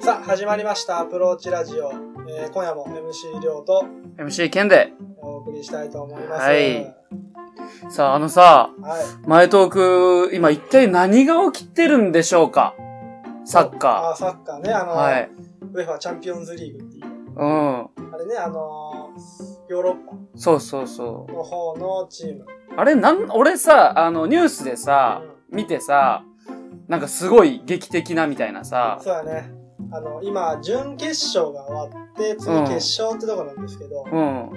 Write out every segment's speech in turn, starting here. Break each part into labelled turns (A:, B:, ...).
A: さあ、始まりました。アプローチラジオ。えー今夜も MC 亮と
B: MC ケンで。
A: お送りしたいと思います。
B: はいさあ、あのさ、
A: はい。
B: 前トーク、今一体何が起きてるんでしょうかサッカ
A: あ、サッカーね。あ
B: ー。
A: の、
B: はい。
A: ウェファチャンピオンズリーグっていう。
B: う
A: あれね、あのーヨーロッパ
B: ん。そうそうそ
A: の方のチーム。
B: う。あれ、なん、俺さ、あの、ニュースでさ、見てさ、なんかすごい劇的なみたいな
A: うん
B: さ。
A: そうだね。あの、今、準決勝が終わって、次
B: うん
A: 決勝ってとこなんですけど、
B: うん。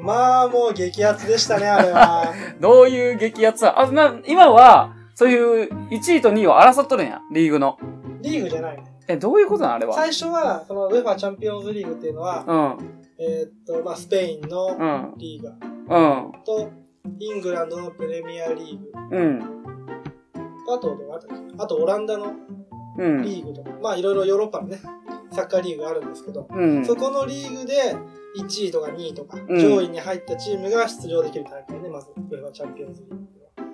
A: まあ、もう激アツでしたね、あれ は。
B: どういう激アツは、あ、な、今は、そういう1位と2位を争っとるんや、リーグの。
A: リーグじゃないね。
B: え、どういうことなんあれは。
A: 最初は、そのウェファチャンピオンズリーグっていうのは、
B: うん。
A: えーっと、まあ、スペインの
B: うん。
A: リーガー
B: うん。
A: と、イングランドのプレミアリーグ、
B: うん。
A: あと、どこあったっけあとオランダの
B: うん。
A: リーグとか、まあいろいろヨーロッパのね、サッカーリーグがあるんですけど、
B: うん。
A: そこのリーグで1位とか2位とか、
B: うん
A: 上位に入ったチームが出場できる大会ね、まず、これはチャンピオンズリーグ。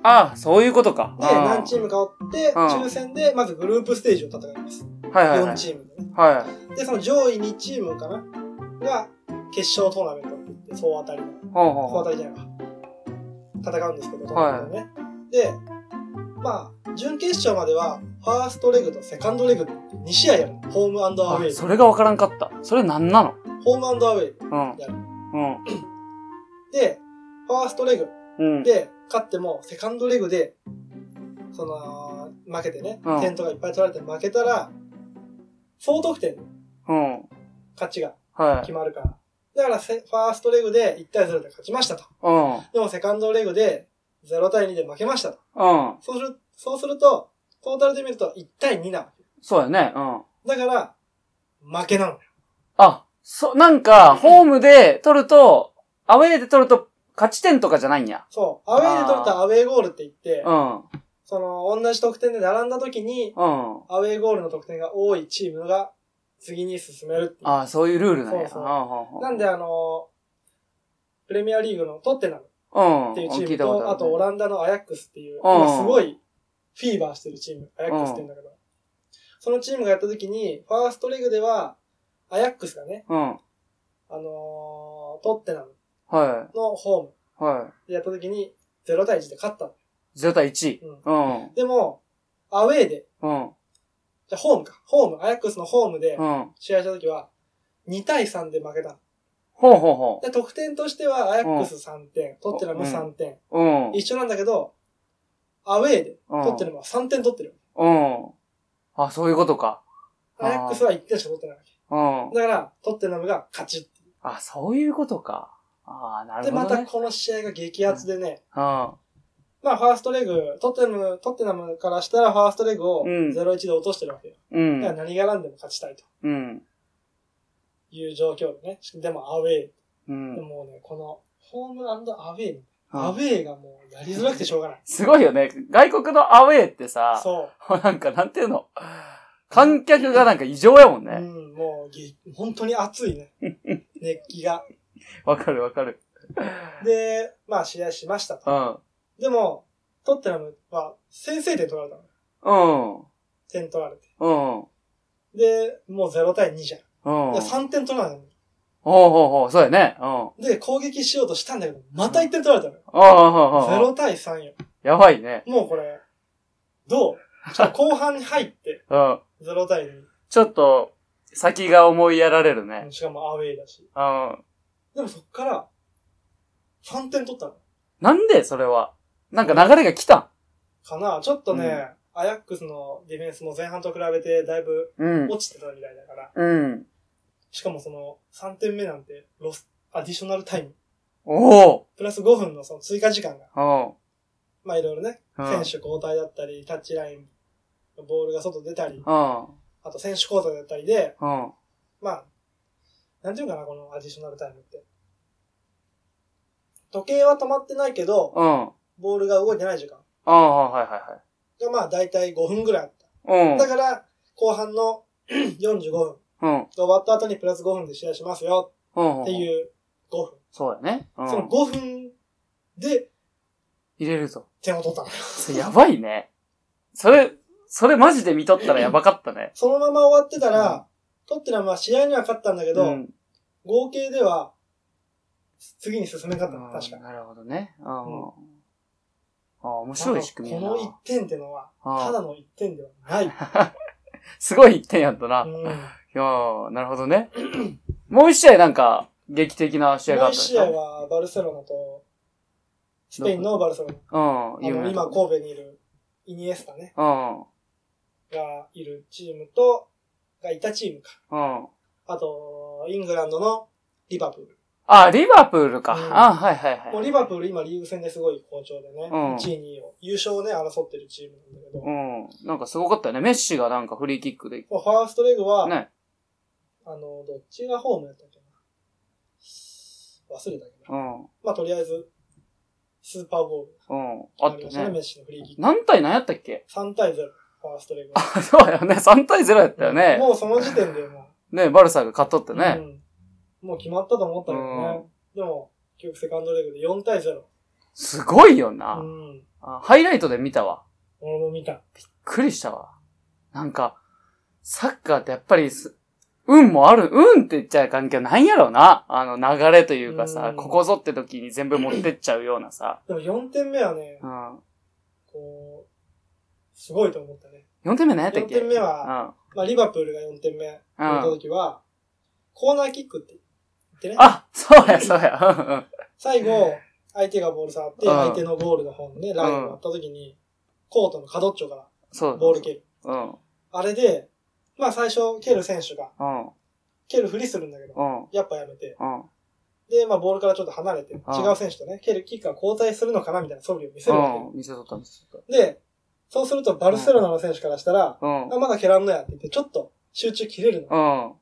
B: あ、そういうことか。
A: で、
B: あー
A: 何チームかおって、
B: うん
A: 抽選で、まずグループステージを戦います。
B: はいはい、は
A: 4
B: い。
A: チームでね。
B: は
A: で、その上位2チームかなが、決勝トーナメントって言って、総当たりの。
B: い。ほうほ
A: 小当
B: う。
A: たりじゃないわ。戦うんですけど、
B: はい
A: トーナメントね。で、まあ、準決勝までは、ファーストレグとセカンドレグって2試合やる。ホームアンドアウ
B: あ
A: ェイ。
B: それがわからんかった。それなんなの
A: ホームアンドアウェイ
B: うん。
A: やる。
B: う
A: で、ファーストレグ
B: ん。うん。
A: で勝っても、セカンドレグで、その、負けてね、
B: うん
A: 点とかいっぱい取られて負けたら、総得点、
B: うん。
A: 勝ちが
B: はい
A: 決。まるから。だからせ、ファーストレグで1対0で勝ちましたと。
B: うん。
A: でも、セカンドレグで0対2で負けましたと。
B: うん。
A: そうする、そうすると、トータルで見ると1対2なわけ。
B: そうやね。うん。
A: だから、負けなのよ。
B: あ、そ、なんか、ホームで取ると、アウェーで取ると、勝ち点とかじゃないんや。
A: そう。アウェーで取るとアウェーゴールって言って
B: う、ん。うん。
A: その、同じ得点で並んだ時に、アウェーゴールの得点が多いチームが、次に進めるっていう
B: あそういうルールなんや。
A: そうそう
B: う
A: なんであの、プレミアリーグのトッテナム
B: ん。うん。
A: っていうチー
B: 聞
A: ム
B: いたこと
A: と、
B: る
A: あとオランダのアヤックスっていう、
B: うん
A: 今すごいフィーバーしてるチーム、アヤックスって言うんだけど、そのチームがやった時に、ファーストレグでは、アヤックスがね、
B: うん。
A: あのートッテナム
B: は
A: のホーム、
B: い。は
A: でやった時に0対1で勝ったの。
B: い。0対1。
A: うん
B: うん。
A: でも、アウェーで、
B: うん。
A: じゃあホームか。ホーム、アヤックスのホームで
B: うん。
A: 試合した時は、2対3で負けたの。
B: ほうほうほ
A: で、得点としては、アヤックス3点、トッテナム3点、
B: う。うん。
A: 一緒なんだけど、アウェーで、
B: う
A: トッ
B: ん
A: テ。ナムは3点取ってる。
B: うん。あ、そういうことか。あー
A: アヤックスは1点しか取ってないわけ。
B: うん。
A: だから、トッテナムが勝ち。
B: あ、そういうことか。ああ、なる
A: で、
B: ほ
A: ま
B: ど、
A: た
B: ね。
A: この試合が激アツでね、
B: ま
A: まあ、ファーストレグ、トッテナム、トッテナムからしたら、ファーストレグを
B: うん
A: 0-1で落としてるわけよ。
B: うん。う
A: だか
B: ん。
A: ら何が何でも勝ちたいと
B: うん。
A: いう状況でね。でも、アウェー。
B: うん。
A: もうね、この、ホームアウェイの、ア
B: あ
A: ウェイがもうやりづらくてしょうがない。
B: すごいよね。外国のアウェーってさ、
A: そ
B: なんか、なんていうの観客がなんか異常やもん
A: う。
B: ね。
A: うん、もうぎ、本当に暑い ね。熱気が。
B: わ、かるわかる。
A: で、まあ試合しましたと。
B: うん。
A: でも、トッテナムは先制点取られたの。
B: うん。
A: 点取られて。
B: うん。
A: で、もう0対2じゃん。
B: うん。
A: で3点取られたの。
B: ほうほうほう、そうやね。うん。あ
A: で、攻撃しようとしたんだけど、また1点取られたの。
B: あ、ああ、
A: 0対3よ。
B: やばいね。
A: もうこれ、どうちょっと後半に入って、
B: うん。
A: 0対2
B: ちょっと、先が思いやられるね。。
A: しかもアウェイだし。
B: うん。
A: でもそっから、3点取ったの。
B: なんで、それは。なんか流れが来た
A: かなちょっとね、アヤックスのディフェンスも前半と比べてだいぶ
B: うん。
A: 落ちてたみたいだから、
B: うん。
A: しかもその3点目なんてロス、アディショナルタイム、
B: おお
A: プラス5分のその追加時間が、
B: うん。
A: まあいろいろね、
B: うん
A: 選手交代だったり、タッチライン、ボールが外出たり、
B: うん。
A: あと選手交代だったりで、
B: うん。
A: まあ、なんていうのかな、このアディショナルタイムって。時計は止まってないけど、
B: うん。あ
A: ボールが動いてない時間
B: あ、はいは
A: がまあだいたい5分ぐらいあっ
B: いは
A: た。だ
B: い。
A: から、後半の45分、
B: うん。うん。
A: 終わった後にプラス5分で試合しますよ
B: うん。
A: って
B: うん。
A: いう5分。
B: そうだね。うん。
A: その5分で
B: 入れると。
A: 点を取ったの。
B: それやばいね。それ、それマジで見とったらやばかったね。
A: そのまま終わってたら、トッテナムは試合には勝ったんだけど、
B: うん
A: 合計では、次に進めなかったの、確か
B: あーなるほどね。あー、
A: うん
B: あー面白い仕組み
A: こ
B: やな
A: の1点ってのは、
B: あー
A: ただの1点では ない。うん
B: すごい一点やったな。いやーなるほどね。もう一試合なんか、劇的な試合が
A: も
B: あ
A: う
B: っ
A: 一
B: たでし
A: 試合
B: ょ
A: は、バルセロナと、スペインのバルセロナ。
B: うん、
A: あ
B: 有名
A: の、
B: な
A: 今
B: とこ
A: 神戸にいる、イニエスタね、がいるチームと、がいたチームか。
B: うん、うん。
A: あと、イングランドのリバプール。
B: あ、リバプールか。
A: うん
B: あ、はいはいはい。
A: もうリバプール今リーグ戦ですごい好調でね、
B: う
A: 1
B: ん
A: 位、2位を、優勝をね、争ってるチームなんだけど、
B: うん。なんかすごかったよね。メッシがなんかフリーキックで。
A: もうファーストレグは、
B: ね。
A: あの、どっちがホームやったっけな。忘れたけど。
B: うん。うん。
A: まあ、とりあえず、スーパーゴール。
B: あ
A: あり
B: っ
A: ましたたね、メ
B: ね。
A: ッシのフリーキック。
B: 何対何やったっけ
A: 3対0、ファーストレグは。
B: そうだよね。3対0やったよね。
A: もうその時点でも
B: ね、バルサが勝っとって
A: う、
B: ね。
A: うん、もう決まったと思ったけどね。でも、結局セカンドレグで4対0。
B: すごいよ
A: う
B: な。
A: ん。
B: あハイライトで見たわ。
A: 俺も見た。
B: びっくりしたわ。なんか、サッカーってやっぱりす、運もある、運って言っちゃう環境ないんやろうな。あの流れというか
A: う
B: さ
A: ん、
B: ここぞって時に全部持ってっちゃうようなさ。
A: でも4点目はね
B: う、ん。
A: こう、すごいと思ったね。
B: 4点目何やったっ
A: 4
B: け
A: 点目
B: う
A: は、
B: ん。
A: まあ、リバプールが4点目取った
B: うん。
A: 時は、コーナーキックって言ってね、
B: あ、そうや、そうや。うんうん
A: 最後、相手がボール触って、
B: うん
A: 相手のゴールの方のね、ラインを割った時に、コートの角っちょか
B: そ
A: ら
B: う。
A: ボール蹴る。
B: うん。
A: あれで、まあ最初蹴る選手が、
B: うん。
A: 蹴るふりするんだけど、
B: うん。
A: やっぱやめて、
B: うん。
A: で、まあボールからちょっと離れて、違う選手とね、蹴るキックが交代するのかなみたいな素振りを見せるわ
B: うん。見せとった、見せとっ
A: け。で、そうするとバルセロナの選手からしたら、
B: た。うん。
A: あまだ蹴らんのやって言って、ちょっと集中切れるの。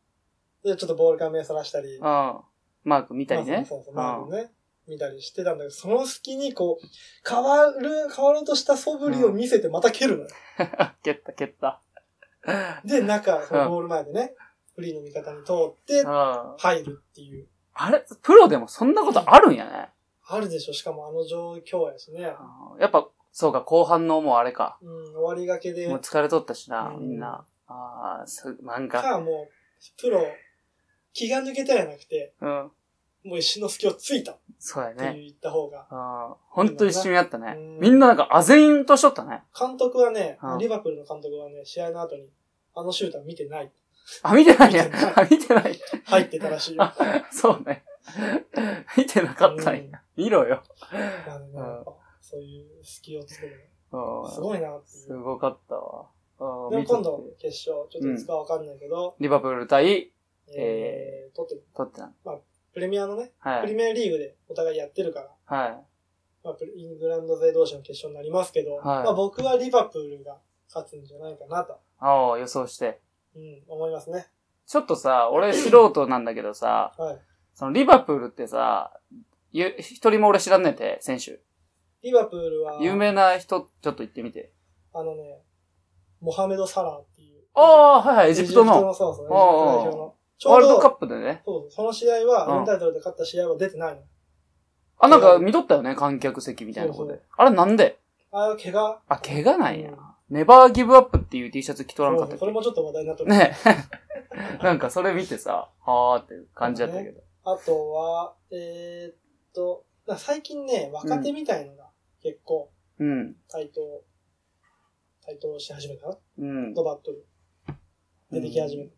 B: うん。
A: で、ちょっとボールから目そらしたり、
B: うん。マーク見たり
A: まあ
B: ね。
A: そうそうそう、まあね。見たりしてたんだけど、その隙にこう、変わる、変わろうとした素振りを見せてまた蹴るのよ。
B: 蹴った、蹴った。
A: で、中、そのゴール前でね、フリーの味方に通って
B: う、ん。
A: 入るっていう。
B: あれ、プロでもそんなことあるんやね。
A: あるでしょ、しかもあの状況やしね。
B: あーやっぱ、そうか、後半のもうあれか。
A: うん、終わりがけで
B: もう、疲れとったしな、
A: うん
B: みんな。ああ、そう、なんか、
A: か、もう、プロ、気が抜けたじゃなくて、
B: うん。
A: もう一瞬の隙をついたって
B: そうや
A: 言
B: ね。
A: った方が。
B: ああ、本当一瞬やったね
A: うん。
B: みんななんか、あぜんとしとったね。
A: 監督はね
B: うん、
A: リバプールの監督はね、試合の後に、あのシュートは見てない。
B: あ、見てないや
A: 見てない。
B: あ、見てない。
A: 入ってたら しいよ。
B: そうね。見てなかった
A: うん
B: んや。見ろよ。
A: まあでもやっぱそういう隙をつくの
B: うん
A: がすごいなってい
B: す
A: う。
B: ごかったわ。ああ
A: でも
B: 見とっ
A: 今
B: て
A: 度、決勝、ちょっといつかわかんないけど、
B: リバプール対、
A: えー、取って、
B: 取ってな。
A: プレミアのね、
B: は
A: プレ
B: い。
A: ミアリーグでお互いやってるから、
B: は
A: まあ、プレイングランド勢同士の決勝になりますけど、
B: はい
A: まあ僕はリバプールが勝つんじゃないかなと、
B: い。ああ、予想して。
A: うん、思いますね。
B: ちょっとさ、俺素人なんだけどさ、
A: はい。
B: そのリバプールってさ、ゆ一人も俺知らんねえて、選手。
A: リバプールは、
B: 有名な人、ちょっと言ってみて。
A: あのね、モハメド・サラーっていう。
B: ああ、はいはい、エ
A: エ
B: ジプトの。
A: そうそう、エジプト
B: あ
A: 代
B: あ
A: 表の。ち
B: ワ
A: ょ
B: ー
A: う
B: ルド
A: ど、
B: カッ
A: そう
B: プでね。
A: そう、その試合
B: うん
A: は、4タイトルで勝った試合は出てないの。
B: あ、なんか見とったよね、観客席みたいなとこ
A: そ
B: で。あれなんで
A: ああ、怪我。
B: あ、怪我なんや
A: うん。
B: ネバーギブアップっていう T シャツ着とらんか
A: そ
B: っ
A: う
B: た
A: そうそれ
B: っけ
A: もちょっと話題になってる。
B: ね え。なんかそれ見てさ、はーって感じだったけど。
A: あとは、えー、っと、な最近ね、若手みたいのが結構
B: うん。
A: 台頭、台頭し始めたな。
B: うん。
A: ドバッと出てき始めた。
B: うん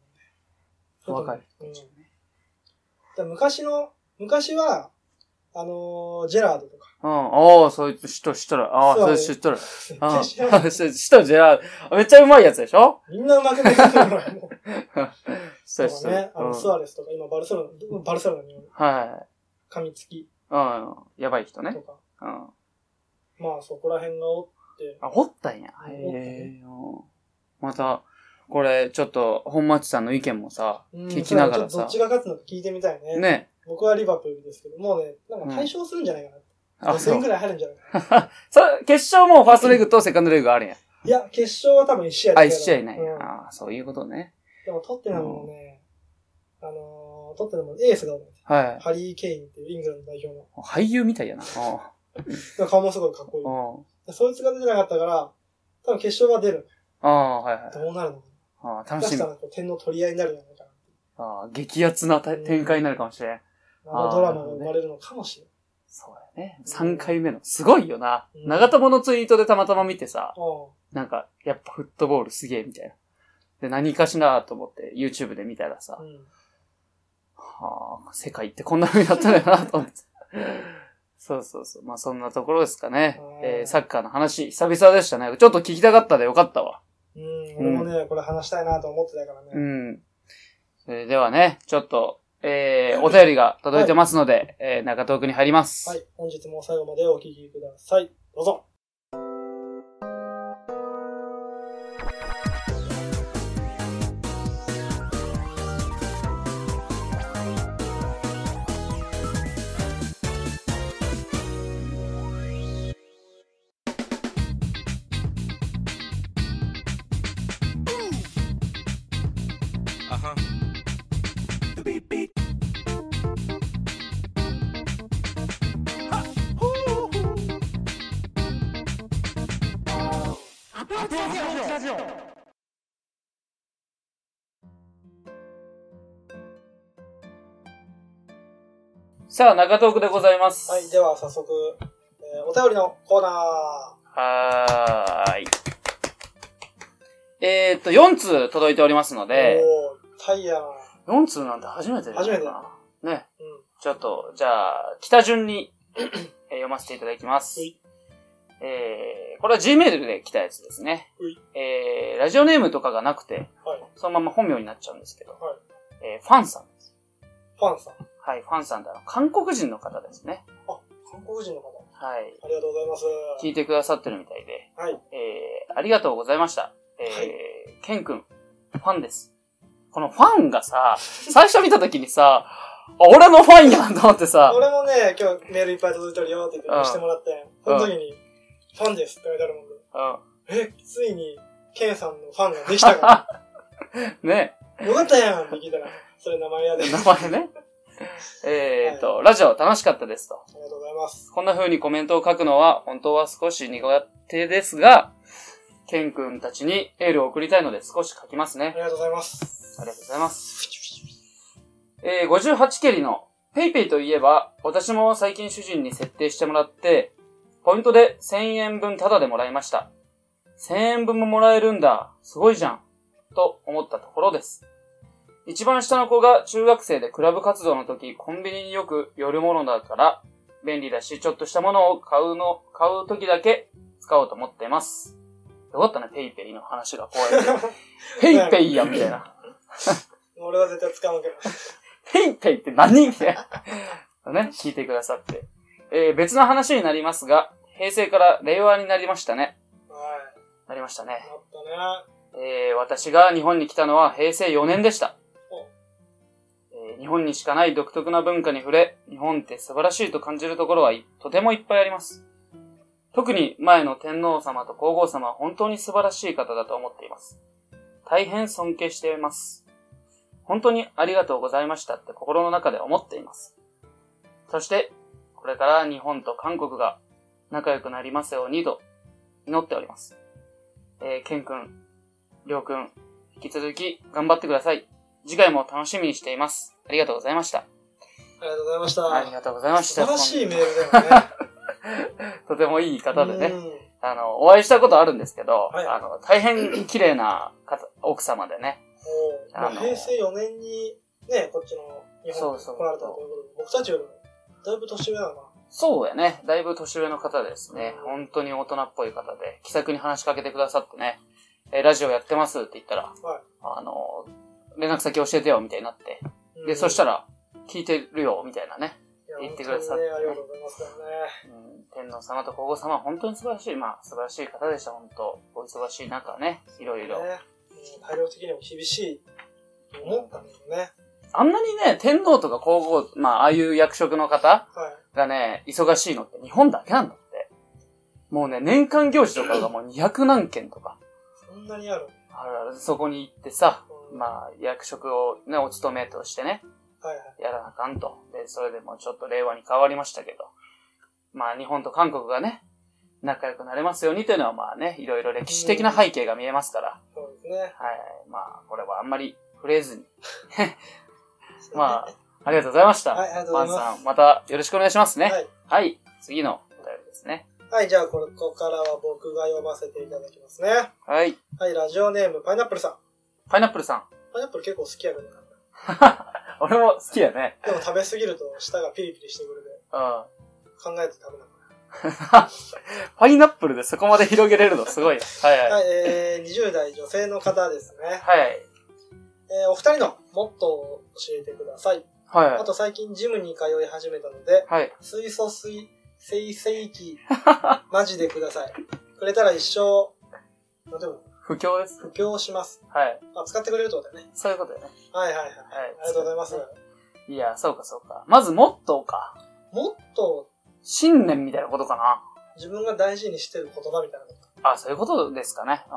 B: 若い
A: うん。だから昔の、昔は、あのージェラードとか。
B: うん。ああ、そいつ知っとる、知っとる。ああ、
A: そう
B: そいつ知っとる。あ
A: 知らない
B: あ、知っとる、じゃあ、めっちゃうまいやつでしょ
A: みんな負けてるから、もう。
B: 知っと
A: と
B: る、知っ
A: か
B: とる。
A: ね、あ
B: うん
A: の、スアレスとか、今バルセロナ、バルセロナに
B: は
A: 噛みつき
B: いはい。うん。やばい人ね
A: と。か、
B: うん。あ、
A: まあそこら辺がおって、
B: 掘ったんや。
A: うん
B: へえ。うんまた、これ、ちょっと、本町さんの意見もさ、
A: うん
B: 聞きながら
A: それは
B: さ
A: ちょっとどっちが勝つのか聞いてみたいね。
B: ね。
A: 僕はリバプールですけど、もうね、なんか対象するんじゃないかな。
B: あ、そ
A: 5000
B: う
A: ぐ。らい入るんじゃないかな。
B: そ決勝もファーストレグとセカンドレグがあるんや。
A: いや、決勝は多分1試合
B: あ、
A: だけ
B: 一
A: ど
B: 試合ないんや
A: うん。
B: ああ、そういうことね。
A: でも、トッテナムもね、あのー、トッテナムのエースが多い。
B: はい。
A: ハリー・ケインっていうイングランド代表の。
B: 俳優みたいやな。うん
A: 顔もすごいかっこいい
B: うん。
A: で。そいつが出てなかったから、多分決勝は出る。
B: ああ、はいはい。
A: どうなるのか
B: ああ、
A: な。下
B: 楽
A: 手
B: し
A: し
B: み
A: た。らこう点の取り合いになるんじゃないかなってい
B: ああ、激アツなた展開になるかもしれん。
A: う。あ
B: あ
A: の
B: ー
A: ドラマが生まれるのかもしれ
B: そうだよね。3回目の。すごいよな。
A: うん
B: 長友のツイートでたまたま見てさ、
A: ない。うん。
B: なんか、やっぱフットボールすげえみたいな。で、何かしらと思って YouTube で見たらさ、
A: うん
B: はあ、世界ってこんな風になったんだよなと思って。 そうそうそう。まあそんなところですかね
A: は。い
B: えーサッカーの話、久々でしたね。ちょっと聞きたかったでよかったわ。
A: うん、俺もね、これ話したいなと思ってたからね。
B: うん。それではね、ちょっと、えー、お便りが届いてますので、えー、中東区に入ります。
A: はい、本日も最後までお聞きください。どうぞ。
C: Uh-huh. The beat beat.
B: さあ、中東区でございます。
A: はい、では早速、えーお便りのコーナー。
B: はーい。えー、っと、4通届いておりますので、
A: おー、タイヤー。
B: 4通なんて初めてじゃないかなね。
A: うん。
B: ちょっと、じゃあ、北順に えー読ませていただきます
A: はい。
B: えー、これは Gmail で来たやつですね
A: はい。
B: えー、ラジオネームとかがなくて、
A: はい
B: そのまま本名になっちゃうんですけど、
A: は
B: えーファンさんです。
A: ファンさん。
B: はい、ファンさんってあの韓国人の方ですね。
A: 韓国人の方。
B: はい。
A: ありがとうございます。
B: 聞いてくださってるみたいで、
A: はい。
B: えー、ありがとうございました。えー
A: は
B: ケン君、ファンです。このファンがさ、最初見た時にさ、あ、俺のファンやんと思ってさ、
A: 俺もね、今日メールいっぱい届いてるよって言って
B: うん
A: 押してもらって、その時に、ファンですって書いてあるもんで、
B: う
A: え、ついに、ケンさんのファンができたか
B: ん、ね、
A: ら、よかったやんって聞いたら、それ名前やで。あり
B: 名
A: が
B: 前ね。えーと、ラジオ楽しかったですと。
A: とうございます。
B: こんな風にコメントを書くのは、本当は少し苦手ですが、ケン君たちにエールを送りたいので少し書きます
A: あ
B: ね
A: り。がとうございます。
B: ありがとうございます。えー、58ケリのペイペイといえば、私も最近主人に設定してもらって、ポイントで1000円分タダでもらいました。1000円分ももらえるんだ。すごいじゃん。と思ったところです。一番下の子が中学生でクラブ活動の時、コンビニによく寄るものだから、便利だし、ちょっとしたものを買うの、買う時だけ使おうと思っています。よかったね、ペイペイの話がこうやって。ペイペイや、みたいな。
A: 俺は絶対使うけど。
B: ペイペイって何みたいな。ね、聞いてくださって。えー、別の話になりますが、平成から令和になりましたね。
A: はい。
B: なりました
A: な
B: ね。
A: ったね。
B: えー、私が日本に来たのは平成4年でした。えー日本にしかない独特な文化に触れ、日本って素晴らしいと感じるところはいとてもいっぱいあります。特に前の天皇様と皇后様は本当に素晴らしい方だと思っています。大変尊敬しています。本当にありがとうございましたって心の中で思っています。そして、これから日本と韓国が仲良くなりますようにと祈っております。えー、ケン君、りょう君、引き続き頑張ってください。次回も楽しみにしています。ありがとうございました。
A: ありがとうございまし
B: あり
A: た。
B: がとうございまし
A: 素晴
B: た。
A: らしいメールだよね。
B: とてもいい方で
A: う
B: ね。
A: ん
B: あの、お会いしたことあるんですけど、
A: はい
B: あの、大変綺麗な方、奥様でね。
A: もう、まあ
B: あの
A: 平成4年に、ね、こっちの日本に
B: そうそう
A: 来られたということで、僕たちよりも、だいぶ年上なのか
B: そうやね。だいぶ年上の方ですね。本当に大人っぽい方で、気さくに話しかけてくださってね、えーラジオやってますって言ったら、
A: はい
B: あの、連絡先教えてよ、みたいになって。
A: な。
B: で、そした
A: ら、
B: ら、聞いてるよ、みたいなね。
A: いや
B: 言ってくださって
A: 本当にね、ありがとうございますからね。
B: うん天皇様と皇后様は本当に素晴らしい、まあ素晴らしい方でした、本当。お忙しい中ね、いろいろ。
A: ねうん体力的にも厳しいと思ったんだよね。
B: あんなにね、天皇とか皇后、まあああいう役職の方
A: はい。
B: がね、忙しいのって日本だけなんだって。もうね、年間行事とかがもう200何件とか。
A: そんなにある。
B: あらそこに行ってさ、
A: うん
B: まあ役職をね、お勤めとしてね、
A: はいはい。
B: やらなあかんと。で、それでもうちょっと令和に変わりましたけど。まあ日本と韓国がね、仲良くなれますようにというのはまあね、いろいろ歴史的な背景が見えますから、
A: そうですね。
B: はい。まあ、これはあんまり触れずに。まあ、ありがとうございました。
A: はい、ありがとうご
B: マ
A: ざい
B: ン
A: ま
B: さん、またよろしくお願いします
A: す。
B: ね。
A: はい。
B: はい。次のお便りですね。
A: はい、じゃあ、ここからは僕が読ませていただきますね。
B: はい。
A: はい、ラジオネーム、パイナップルさん。
B: パイナップルさん。
A: パイナップル結構好きやけどな。
B: 俺も好きやね。
A: でも食べすぎると舌がピリピリしてくるで、
B: うん。
A: 考えて食べなくなる。
B: パイナップルでそこまで広げれるのすごい。はいはい。
A: はい、えー、20代女性の方ですね。
B: はい。
A: えー、お二人のモットーを教えてください。
B: はい。
A: あと最近ジムに通い始めたので、
B: はい。
A: 水素水、生成器、マジでください。くれたら一生、まあでも、
B: 不況です。
A: 布教します。
B: はい。
A: あ、使ってくれるってことだよね。
B: そういうことだよね。
A: はいはいはい。
B: は
A: あ
B: い。
A: りがとうございます。
B: いや、そうかそうか。まず、モットーか。
A: モット
B: 信念みたいなことか
A: ー、自分が大事にしてる言葉みたいなことか。
B: な。あ、そういうことですかね。う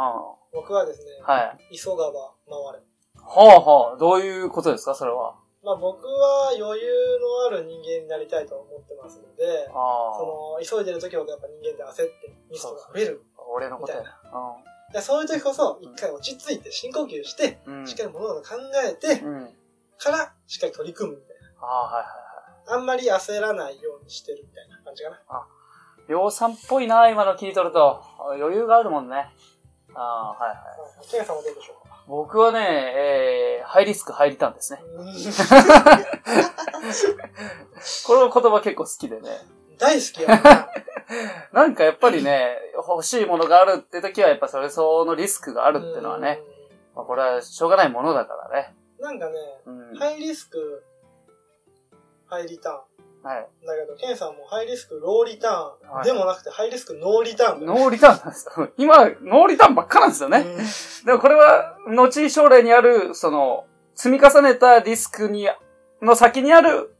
B: ん。
A: 僕はですね、
B: はい。
A: 急がば回れ。
B: ほうほう。どういうことですか、それは。
A: まあ僕は余裕のある人間になりたいと思ってますので、
B: ああ。
A: その、急いでる時ほどやっぱ人間って焦ってミスとか増える。
B: 俺のことや
A: み
B: な。う
A: いやそういう時こそ、一回落ち着いて深呼吸して、
B: ん。うん。
A: しっかり物事を考えて、
B: うん。
A: から、しっかり取り組むみたい
B: ああ、はいはいは
A: な。あんまり焦らないようにしてるみたいな感じかな。
B: い。量産っぽいな、今の聞いとると。あ余裕があるもんね。ああ、はいはい。
A: はい。ケンさんはどうでしょうか
B: 僕はね、えー、ハイリスクハイリターンですね。 この言葉結構好きでね。
A: 大好きやもんな。
B: なんかやっぱりね、欲しいものがあるって時はやっぱそれ相応のリスクがあるってのはね、まあ、これはしょうがないものだからね。
A: うん。なんかね、
B: うん。
A: ハイリスク、ハイリター
B: はい。
A: ン。だけど、ケンさんもハイリスク、ローリターン、でもなくてハイリスク、ノーリターンだよ
B: ノーリターンなんですよ。今、ノーリターンばっかなんですよね。
A: うん
B: でもこれは、後将来にある、その、積み重ねたリスクに、の先にある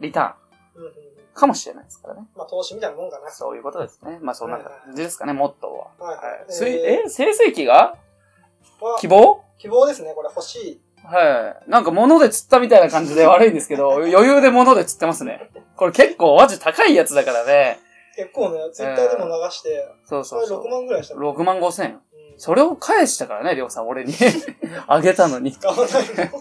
B: リタ
A: うんうんうん
B: ーンかもしれないですからね。
A: まあ投資みたいなもんかな。
B: そういうことですね。まあそんな感じですかね、モットーは。
A: はい
B: はい
A: は。い。
B: 水
A: え
B: え成績が
A: ーは
B: 希望
A: 希望ですね、これ欲しい。
B: はい。なんか物で釣ったみたいな感じで悪いんです けど、余裕で物で釣ってますね。これ結構マジ高いやつだからね。
A: 結構ね、ツイッターでも流して、
B: そう
A: そ
B: そ
A: れ
B: うそ
A: 6
B: う。
A: 万ぐらいしたの。
B: 6万5千円。
A: うん
B: それを返したからね、りょうさん、俺に。 あげたの に。
A: 使わないの。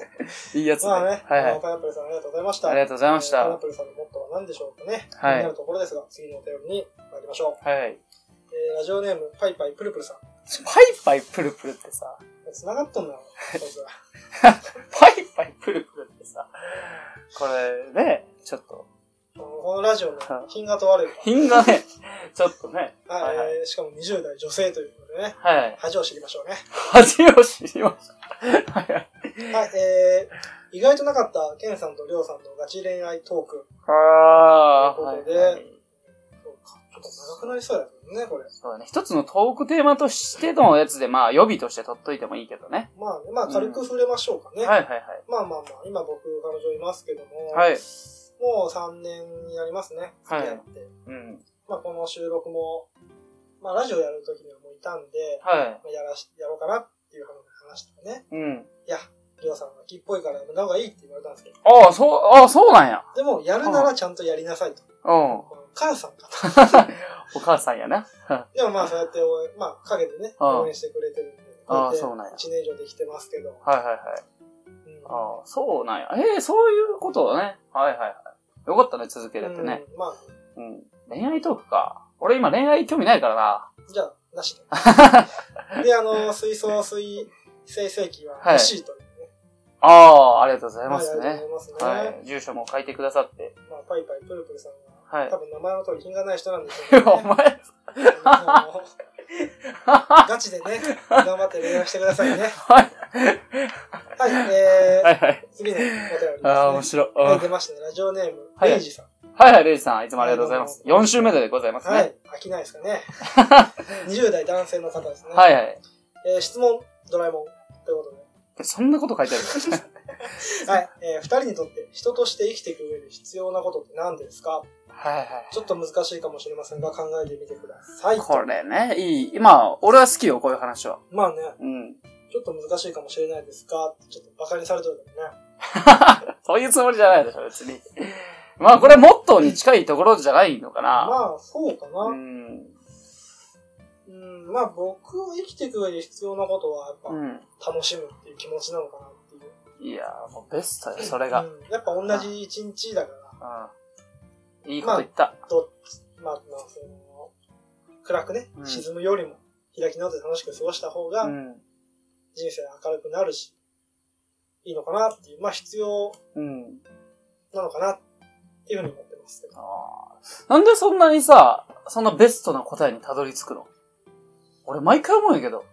B: いいやつで。
A: まあね、
B: はいは
A: あの
B: い。
A: パイナップルさんありがとうございました。
B: ありがとうございまし
A: えーパイナッ
B: た。
A: プルさんのモットーは何でしょうかね。
B: はい
A: 気になるところですが、次のお便りに参りましょう。
B: はい。
A: えーラジオネーム、パイパイプルプルさん。
B: パイパイプルプルってさ、
A: 繋がっとんな、こいつら。
B: パイパイプルプルってさ、これね、ちょっと、
A: このこのラジオの品が問われるか
B: 品がね、ちょっとね、
A: ら。
B: は
A: はいい、
B: はい
A: えーしかも20代女性ということでね、
B: はい。
A: 恥を知りましょうね。
B: 恥を知りました。はいはい。
A: はい、えー、意外となかった、ケンさんとりょうさんのガチ恋愛トーク。
B: あー
A: ということで
B: はいはい
A: そうか。ちょっと長くなりそうだけどね、これ。
B: そうだね。一つのトークテーマとしてのやつで、まあ、予備として取っといてもいいけどね。
A: まあね、まあ軽く触れましょうかね。
B: はいはいはい。
A: まあまあまあ、今僕、彼女いますけども、
B: はい。
A: もう3年になりますね、
B: はい
A: 付き合って。
B: うん。
A: まあこの収録も、まあラジオやるときにはもういたんで、
B: は
A: まあ、やらし、やろうかなっていう話とかね。
B: い。うん。
A: いや、りょうさんが木っぽいからやめた方がいいって言われたんですけど。
B: ああ、そう、ああ、そうなんや。
A: でも、やるならちゃんとやりなさいと。
B: うん。お
A: 母さんか と。
B: 母さんやな。
A: でもまあそうやって応援、まあ陰でね、
B: ああ
A: 応援してくれてるんで。
B: あ
A: こ
B: あ
A: やって
B: そうなんや
A: 一年以上できてますけど。
B: はいはいはい。
A: うん
B: ああ、そうなんや。ええそういうことだね。はいはいはい。よかったね、続けれてね。
A: うんまあ、
B: うん。恋愛トークか。俺今恋愛興味ないからな。
A: じゃあ、なし で。で、あの、水槽水生成器は欲しいというね。
B: ああ、ありがとうござい
A: は
B: ま
A: い、あ
B: す
A: りがと
B: ね。
A: うございますね。
B: はい。住所も書いてくださって。
A: まあ、パイパイプルプルさんは、
B: はい
A: 多。分名前の通り品がない人なんでしょう
B: お
A: ね。
B: 前、
A: あのガチでね、頑張って恋愛してくださいね。
B: は
A: は
B: い。
A: い、えー
B: はいはい。
A: 次のお便りです、ね。
B: ああ、面白い。うん
A: はい、出ましたね。ラジオネーム、
B: はい
A: レイジさん。
B: はいはい、レイジさん、いつもありがとうございます。4週目でございます
A: は
B: ね。
A: い。飽きないですか ね。20代男性の方ですね。
B: はいはい。
A: えー質問、ドラえもん。ということで。
B: そんなこと書いてある
A: はい。えー、二人にとって人として生きていく上で必要なことって何ですか
B: はいはい。
A: ちょっと難しいかもしれませんが、考えてみてください。
B: これね、いい。まあ、俺は好きよ、こういう話は。
A: まあね、
B: うん。
A: ちょっと難しいかもしれないですが、ちょっと馬鹿にされてるけどね。
B: そういうつもりじゃないでしょ、別に。まあ、これモットーに近いところじゃないのかな。
A: まあ、そうかな。
B: うん。
A: うん、まあ僕は生きていく上で必要なことは、やっぱ
B: うん。
A: 楽しむっていう気持ちなのかなっていう。
B: いやー、もうベストよ、それが。
A: うん、やっぱ同じ一日だから、
B: うん。いいこと言った。
A: どまあまあその、暗くね
B: う、ん
A: 沈むよりも開き直って楽しく過ごした方が
B: うん。
A: 人生明るくなるし、いいのかなっていう、まあ必要
B: うん。
A: なのかなっていうふうに思ってますけど。
B: あーなんでそんなにさ、そんなベストな答えにたどり着くの俺毎回思うんやけど。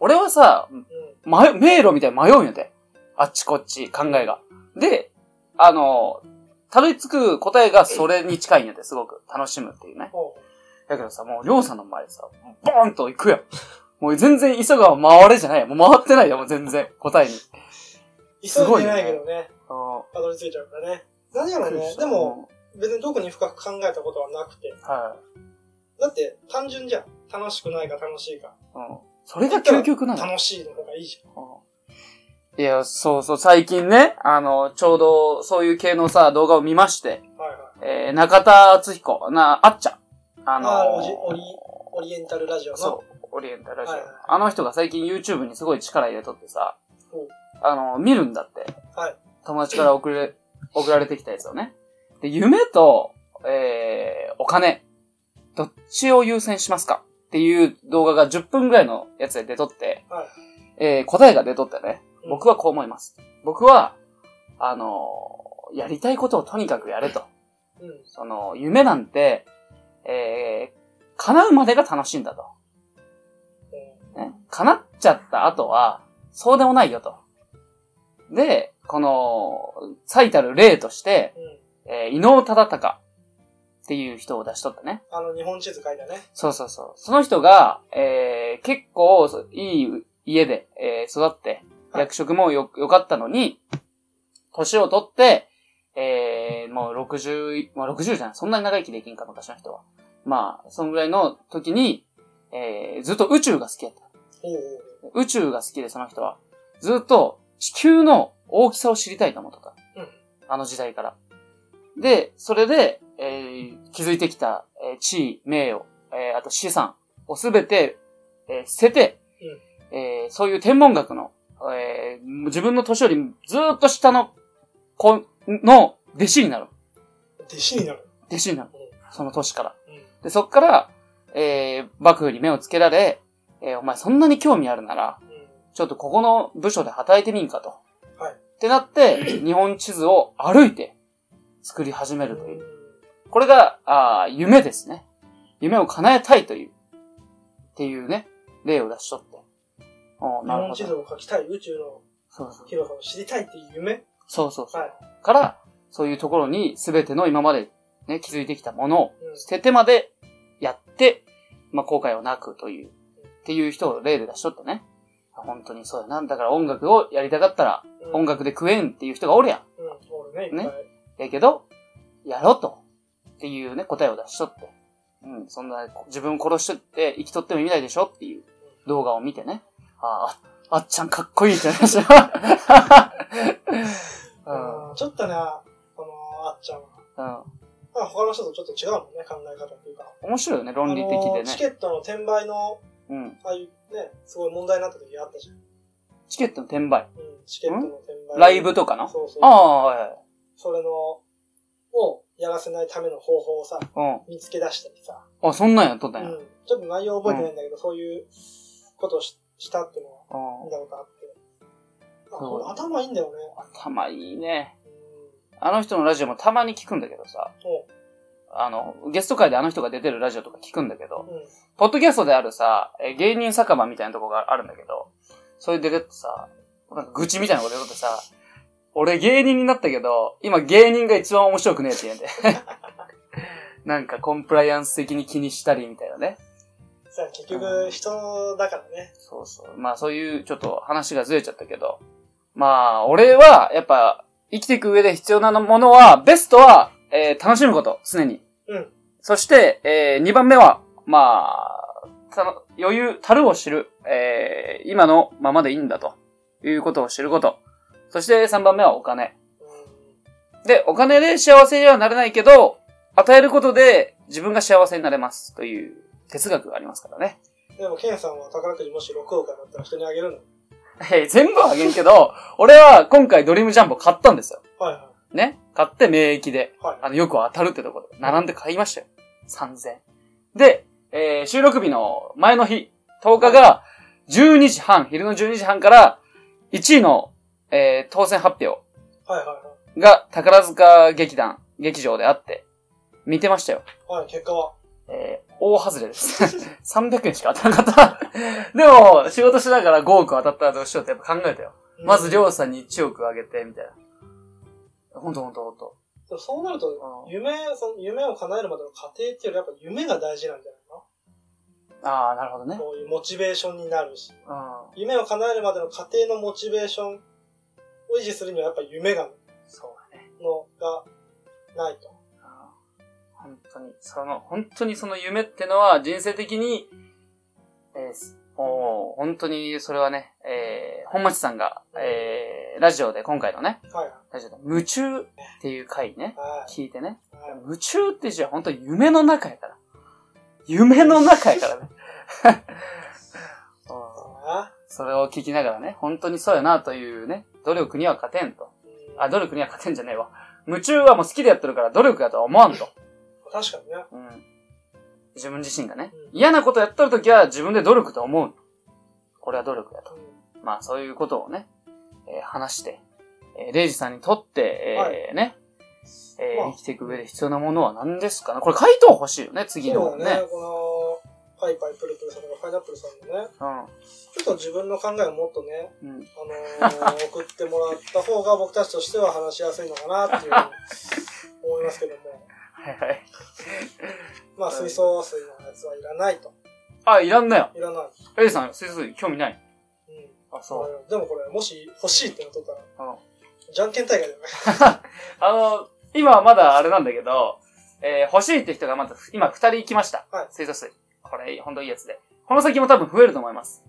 B: 俺はさ、
A: うん。
B: 迷、迷路みたいに迷うんやで。あっちこっち考えが。で、あの、たどり着く答えがそれに近いんやで、すごく。楽しむっていうね。
A: おう
B: だけどさ、もう、りょうさんの前でさ、ボーンと行くやん。もう全然急がば回れじゃないよ。もう回ってないよ、もう全然。答えに。す
A: 急
B: ご
A: い
B: い
A: で
B: ね
A: ないけどね、
B: あ
A: たどり着いちゃうからね。何やろう
B: びっくり
A: ね
B: し。た
A: でも、、別に特に深く考えたことはなくて。
B: は
A: だって、単純じゃん。楽しくないか楽しいか。
B: い。うん。それが究極なの。
A: 楽しいの方がいいじゃん。
B: うんいや、そうそう、最近ね、あの、ちょうど、そういう系のさ、動画を見まして、
A: はいはい。
B: えー、中田敦彦、な、あっちゃん。あの
A: あーオジオリオリエンタルラジオの。
B: そう、オリエンタルラジオ。
A: はいはい
B: あの人が最近 YouTube にすごい力入れとってさ
A: ほう、
B: あの、見るんだって。
A: はい
B: 友達から 送れ、送られてきたやつをね。で、夢と、えー、お金、どっちを優先しますかっていう動画が10分ぐらいのやつで出とって、
A: はい
B: えー、答えが出とったよね。
A: うん
B: 僕はこう思います。僕は、あのーやりたいことをとにかくやれと。
A: うん。
B: その、夢なんて、えー、叶うまでが楽しいんだと。ね、叶っちゃった後は、そうでもないよと。で、この、最たる例として、
A: うん。
B: えー、伊能忠敬っていう人を出しとったね。
A: あの、日本地図書いたね。
B: そうそうそう。その人が、えー、結構、そいい家で、えー、育って、
A: はい
B: 役職もよ、良かったのに、年を取って、えー、もう60、まあ60じゃない、そんなに長生きできんか、昔の人は。まあ、そのぐらいの時に、えー、ずっと宇宙が好きやった。
A: おうおう
B: 宇宙が好きで、その人は。ずっと地球の大きさを知りたいと思ってた。
A: うん
B: あの時代から。で、それで、えー、気づいてきた、えー地位、名誉、えーあと資産をすべて、えー捨てて、えーそういう天文学の、えー自分の年よりずっと下の子の弟子になる。
A: おう弟子になる。
B: 弟子になる。その年から。
A: うん。
B: で、そっから、えー幕府に目をつけられ、えーお前そんなに興味あるなら、
A: うん。
B: ちょっとここの部署で働いてみんかと。
A: はい
B: ってな って、日本地図を歩いて作り始めると
A: う
B: い
A: ん
B: う。これが、あー夢ですね。夢を叶えたいという、っていうね、例を出しとって。おー
A: 日
B: なる
A: 本
B: ほ
A: 地
B: ど。
A: 図を書きたい、宇宙の
B: そうそう
A: 広さを知りたいっていう夢。
B: そうそうそう。
A: はい。
B: から、そういうところに全ての今までね、気づいてきたものを
A: うん
B: 捨ててまでやって、まあ、後悔はなくという、っていう人を例で出しとってね。あ本当にそうやな。だから音楽をやりたかったら、
A: うん
B: 音。楽で食えんっていう人がおるやん。
A: うん。俺ね、いっぱい。
B: やけど、やろうと。っていうね、答えを出しとって。うん、そんな、自分を殺しとって生きとっても意味ないでしょっていう動画を見てね。ああ、あっちゃんかっこいいってな りました。うん、
A: うんちょっとね、この、あっちゃんは。
B: うん。
A: まあ他の人とちょっと違うもんね、考え方っていうか。
B: 面白いよね、論理
A: あ
B: 的で
A: のチ
B: ね。
A: ケットの転売の、
B: うん。
A: ああいうね、すごい問題になった時あったじゃん。
B: チケットの転売。
A: うん。チケットの転売。
B: ライブとかの
A: そうそう。
B: ああ、はいはい。
A: それの、をやらせないための方法をさ、
B: う
A: 見つけ出したりさ。
B: ん。あ、そんなんやっとった
A: うん
B: や。うん。
A: ん。ちょっと内容覚えてないんだけど、そういうことをししたっていうのは見たことあって。あ
B: そう
A: これ頭いいんだよね。
B: 頭いいね。
A: うん。
B: あの人のラジオもたまに聞くんだけどさ。
A: お
B: あの、ゲスト会であの人が出てるラジオとか聞くんだけど。
A: うん。
B: ポッドキャストであるさ、えー芸人酒場みたいなとこがあるんだけど、それで出てさ、なんか愚痴みたいなこと言うとってさ、俺芸人になったけど、今芸人が一番面白くね えって言うんで。なんかコンプライアンス的に気にしたりみたいなね。
A: さあ、結局、人だからね。
B: そうそう。まあそういうちょっと話がずれちゃったけど。まあ俺はやっぱ生きていく上で必要なものは、ベストは、えー楽しむこと、常に。
A: うん。
B: そして、え2番目は、まあ、たの余裕、樽を知る、えー今のままでいいんだということを知ること。そして3番目はお金。
A: うん。
B: で、お金で幸せにはなれないけど、与えることで自分が幸せになれますという哲学がありますからね。
A: でも、ケンさんは宝くじもし6億当たったら人にあげるの。
B: え 全部はあげんけど、俺は今回ドリームジャンボ買ったんですよ。
A: はいは
B: ね。買って名駅で。
A: い。はい。
B: あの、よく当たるってとこで、並んで買いましたよ。3000。で、えー収録日の前の日、10日が、12時半、昼の12時半から、1位の、えー当選発表
A: はいは
B: が宝塚劇団、劇場であって、見てましたよ。
A: いはい。はい、結果は。
B: えー大外れです。300円し か当た らなかった。でも、仕事しながら5億当たったらどうしようってやっぱ考えたよ。
A: うん
B: まず、りょうさんに1億あげて、みたいな。ほんとほんとほんと。
A: でもそうなると、夢、その夢を叶えるまでの過程っていうより、やっぱ夢が大事なんじゃないか
B: ああ、なるほどね
A: な。。こういうモチベーションになるし。
B: うん。
A: 夢を叶えるまでの過程のモチベーションを維持するには、やっぱ夢が、
B: そうだね。
A: のが、ないと。
B: 本当に、その、本当にその夢ってのは人生的に、えーすもう本当にそれはね、えー本町さんが、えーラジオで今回のね、
A: はいはい。
B: ラジオで夢中っていう回ね、
A: は
B: 聞いてね、
A: い。はい
B: 夢中って字は本当に夢の中やから。夢の中やから ね。うん
A: あ
B: それを聞きながらね、本当にそうやなというね、努力には勝てんと。
A: ー
B: あ、努力には勝てんじゃねえわ。夢中はもう好きでやってるから努力やとは思わんと。
A: 確かにね。
B: うん。自分自身がね、
A: うん
B: 嫌なことやっとるときは自分で努力と思う。これは努力やと。まあそういうことをね、えー話して、えーレイジさんにとって、えー
A: は
B: ね、えー
A: まあ
B: 生きていく上で必要なものは何ですかねこれ回答欲しいよね、次
A: そ
B: の
A: う
B: ね。
A: だね。この、パイパイプルプルさんとかパイナップルさんのね、ちょっと自分の考えをもっとね、
B: うん。うん。
A: あ のー送ってもらった方が僕たちとしては話しやすいのかなっていう思いますけども、
B: はいはい。
A: まあ水素水のやつはいらないと。
B: あ、いらんなよ。
A: いらない。
B: レイジさん、水素水興味ない。
A: うん。
B: あ、そう。
A: でもこれ、もし欲しいっての取ったら、
B: うん
A: じゃんけん大会じゃない
B: あの、今はまだあれなんだけど、えー欲しいって人がまだ、今二人来ました。
A: はい
B: 水素水。これ、ほんといいやつで。この先も多分増えると思います。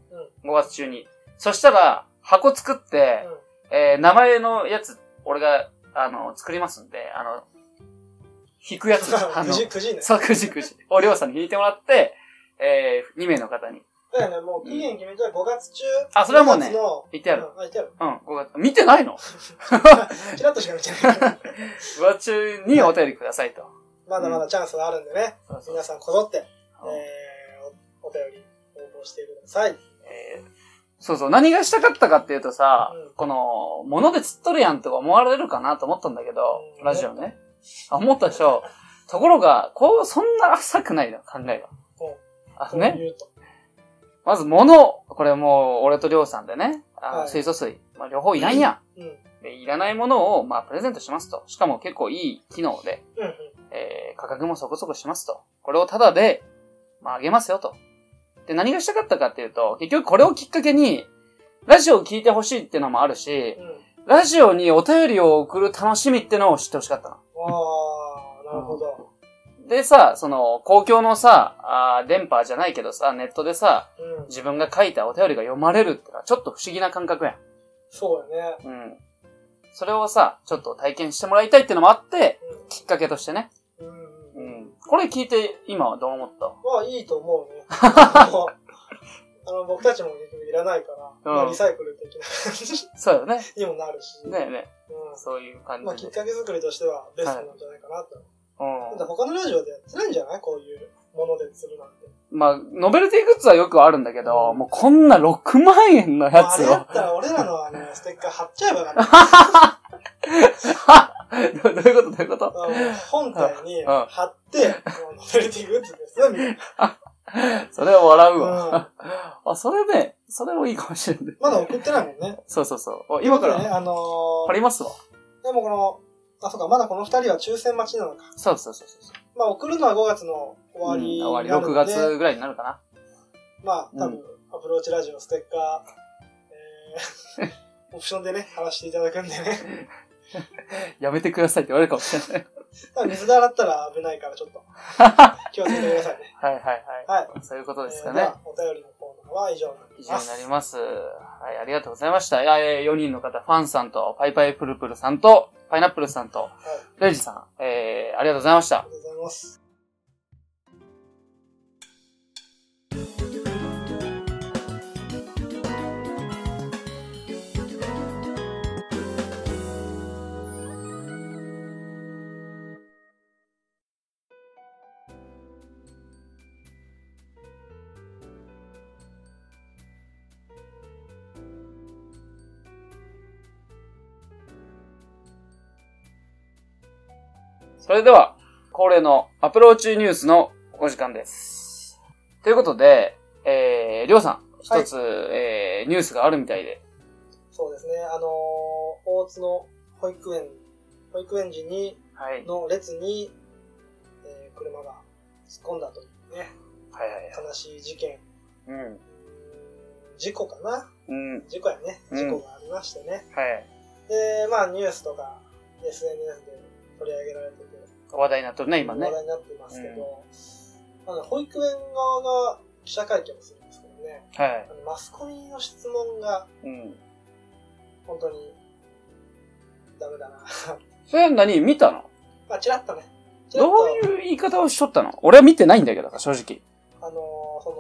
B: 5月中に。そしたら、箱作って、えー名前のやつ、俺が、あの、作りますんで、あの、引くやつ。 あ
A: うん。 く、
B: の
A: じ、くじね。
B: そう、くじくじ。おりょうさんに引いてもらって、えー、2名の方に。
A: だよね、もう期限決めちゃう5月中。
B: あそれはもうね
A: 5月の、
B: 言ってや
A: う
B: る。
A: ん、あ、いてやる。
B: うん、5月。見てないの
A: ちらっとしか見てない。
B: ?5 月中にお便りくださいと。
A: まだまだチャンスがあるんでね、
B: そうそう
A: 皆さんこぞって、
B: うん
A: えー、おお便り応募してください。
B: えーそうそう、何がしたかったかっていうとさ、
A: うん
B: この、物で釣っとるやんとか思われるかなと思ったんだけど、
A: うん
B: ラジオね。あ思ったでしょ。ところが、こう、そんな浅くないの、考えが。
A: うん
B: あ
A: そ
B: の
A: う
B: ね、
A: 言うと。
B: まず物、これもう、俺とりょうさんでね、あの
A: はい
B: 水素水、まあ、両方いらんや
A: うん。うん
B: ん。で、いらないものを、まあ、プレゼントしますと。しかも結構いい機能で、
A: うん。
B: えー価格もそこそこしますと。これをタダで、まあ、あげますよと。で、何がしたかったかっていうと、結局これをきっかけに、ラジオを聞いてほしいってのもあるし、
A: うん。
B: ラジオにお便りを送る楽しみってのを知ってほしかった
A: あー、なるほど。
B: の。でさ、その、公共のさ、あー電波じゃないけどさ、ネットでさ、
A: うん。
B: 自分が書いたお便りが読まれるってのはちょっと不思議な感覚やん。
A: そうやね。
B: うん。それをさ、ちょっと体験してもらいたいってのもあって、きっかけとしてね。
A: うん。うん。うん。
B: ん。これ聞いて、今はどう思った
A: まあ、いいと思うね。あのあの、僕たちも結局いらないから、
B: うん
A: まあ、リサイクル的な感じ
B: そうよね。
A: にもなるし。
B: ねえねえ。
A: う
B: そういう感
A: ん。まあ、き
B: じ
A: っ
B: で。
A: かけ作りとしてはベストなんじゃないかなと。
B: うん
A: ただ他のラジオでやってないんじゃないこういうもので釣るなんて。
B: まあ、ノベルティグッズはよくあるんだけど、もうこんな6万円のや
A: まああ
B: つ
A: れや
B: を
A: っ。たら俺らのあの、ステッカー貼っちゃえばよかった。
B: どういうことどういうこと
A: あの本体に
B: うん
A: 貼って、もうノベルティグッズです、みたいな。
B: それは笑うわ。
A: うん
B: あ、それね、それもいいかもしれない。
A: まだ送ってないもんね。
B: そうそうそう。お今か
A: ね、
B: ら
A: あの
B: 貼
A: ー、
B: りますわ。
A: でもこの、あ、そうか、まだこの二人は抽選待ちなのか。
B: そうそうそうそう。
A: まあ送るのは5月の終わりに
B: うん
A: なるんで、
B: 6月ぐらいになるかな。
A: まあ多
B: う
A: 分、アプローチラジオステッカー、えー、オプションでね、貼らせていただくんでね。
B: やめてくださいって言われるかもしれない。
A: ただ水で洗ったら危ないからちょっ と、気をつけてくださいね。
B: はいはいは
A: はい。
B: い。そういうことですか
A: えー
B: ね
A: で。はお便りのコーナーは以上にな
B: 以
A: り
B: 上
A: ま
B: に
A: す。
B: なります。はい、ありがとうございました。いや、え4人の方、ファンさんと、パイパイプルプルさんと、パイナップルさんと、レイジさん、えー、ありがとうございました
A: あ。りがとうございます。
B: それでは、恒例のアプローチニュースのお時間です。ということで、えー、りょうさん、
A: はい
B: 一つ、えー、ニュースがあるみたいで。
A: そうですね。あのー大津の保育園、保育園児に、
B: はい。
A: の列に、えー車が突っ込んだというね、
B: はいはいはい。
A: 悲しい事件、
B: うん。
A: 事故かな
B: うん。
A: 事故やね。
B: うん
A: 事故がありましてね。
B: はい。
A: で、まあニュースとか SNS で取り上げられてて、
B: 話題になっとるね、今
A: 話
B: ね。
A: 題になってますけど、まあね保育園側が記者会見をするんですけどね、
B: はい。
A: あのマスコミの質問が
B: うん。
A: 本当にダメだな。
B: それは何見たの
A: まあ、チラッとね。チラッ
B: ど
A: と
B: ういう言い方をしとったの俺は見てないんだけど、正直。
A: あのーそ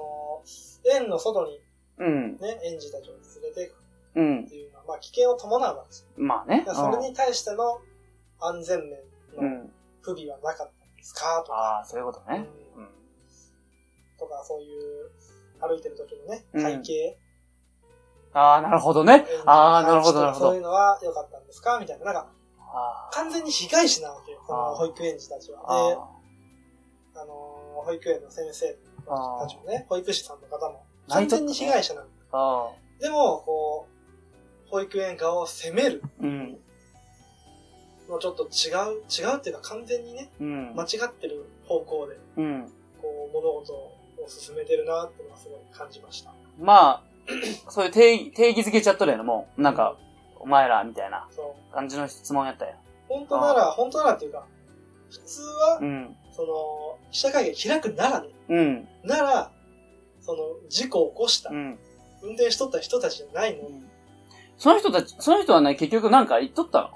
A: の、園の外に
B: うん。
A: ね、園児たちを連れていく
B: うん
A: っ。ていうのは、まあ、危険を伴うわけですよ。
B: まあね。
A: だからそれに対しての安全面
B: う
A: の
B: ん。
A: 不備はなかったんですかとか、
B: ああ、そういうことね。
A: うん
B: うん。
A: とか、そういう、歩いてる時のね、
B: うん
A: 体型、
B: ああ、なるほどね。ああ、なるほど、なるほ
A: そういう
B: ど。
A: のは良かったんですかみたいな。なんか、
B: あー
A: 完全に被害者なわけよ、こ
B: あ
A: の
B: ー
A: 保育園児たちは。で、
B: あ
A: あのー保育園の先生
B: ーあ
A: たちもね、保育士さんの方も、完
B: 泣いとっ
A: 全に被害者なの。
B: ーあ
A: でも、こう、保育園側を責める
B: ー。うん。
A: のちょっと違う、違うっていうか完全にね、
B: うん
A: 間。違ってる方向で、
B: うん。
A: こう、物事を進めてるなっていうのはすごい感じました。
B: まあ、 そういう定義、定義づけちゃっとるやろ、もう。なんか、、お前ら、みたいな
A: そう。
B: 感じの質問やったよ。
A: 本当なら、本当ならっていうか、普通は、
B: うん。
A: その、記者会見開くならね、
B: うん。
A: なら、その、事故を起こした、
B: うん。
A: 運転しとった人たちじゃないの、
B: その人たち、その人はね、結局なんか言っとった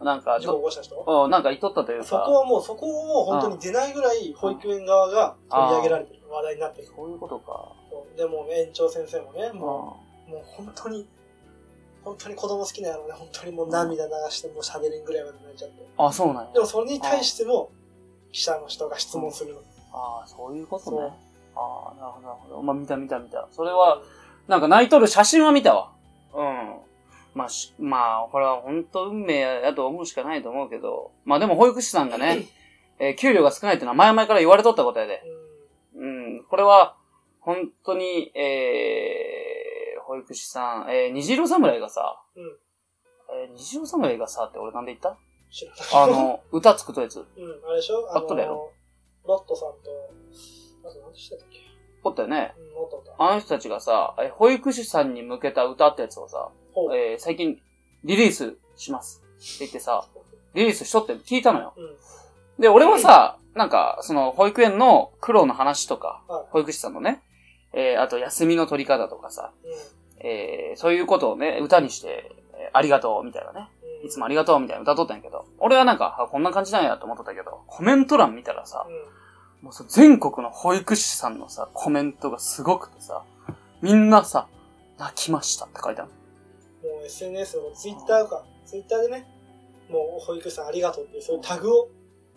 B: のなんか、
A: 事故を起こした人
B: うん、なんか言っとったというか。
A: そこはもう、そこをもう本当に出ないぐらい、保育園側が取り上げられてる、話題になってる。
B: そういうことか。
A: そうでもうね、園長先生もね、もう、
B: う
A: もう本当に、本当に子供好きなのね、本当にもう涙流してもう喋れんぐらいまで泣いちゃって。
B: ん。あ、そうなんや
A: で。もそれに対しても、記者の人が質問するの。
B: ああ、そういうこと
A: そう
B: ね。ああ、なるほど、なるほど。まあ、見た見た見た。それは、なんか泣いとる写真は見たわ。うん。まあし、まあ、これは本当運命やと思うしかないと思うけど。まあでも保育士さんが ね、えー給料が少ないっていうのは前々から言われとったことやで。
A: う
B: うん。これは、本当に、えー、保育士さん、えー、虹色侍がさ、
A: うん
B: えー、虹色侍がさって俺なんで言った
A: ん。知らない。
B: あ の、歌作ったやつ。
A: うん、あれでしょあ
B: あっただ
A: の
B: よ、
A: ロットさんと、あと何してたっけ
B: おったよね。
A: うん、ロットだ。
B: あの人たちがさ、えー保育士さんに向けた歌ってやつをさ、
A: ほう。
B: えー最近リリースしますって言ってさ、リリースしとって聞いたのよ。
A: うん。
B: で、俺はさ、なんか、その、保育園の苦労の話とか、
A: はい
B: 保育士さんのね、えーあと休みの取り方とかさ、えーそういうことをね、歌にして、えーありがとう、みたいなね。
A: うん。うん。
B: いつもありがとう、みたいな歌っとったんやけど、俺はなんか、あこんな感じなんやと思っとったけど、コメント欄見たらさ
A: う、ん。
B: もうさ、全国の保育士さんのさ、コメントがすごくてさ、みんなさ、泣きましたって書いてある。
A: もう SNS のツイッターとか、ツイッターでね、もう保育士さんありがとうっていう、そういうタグを、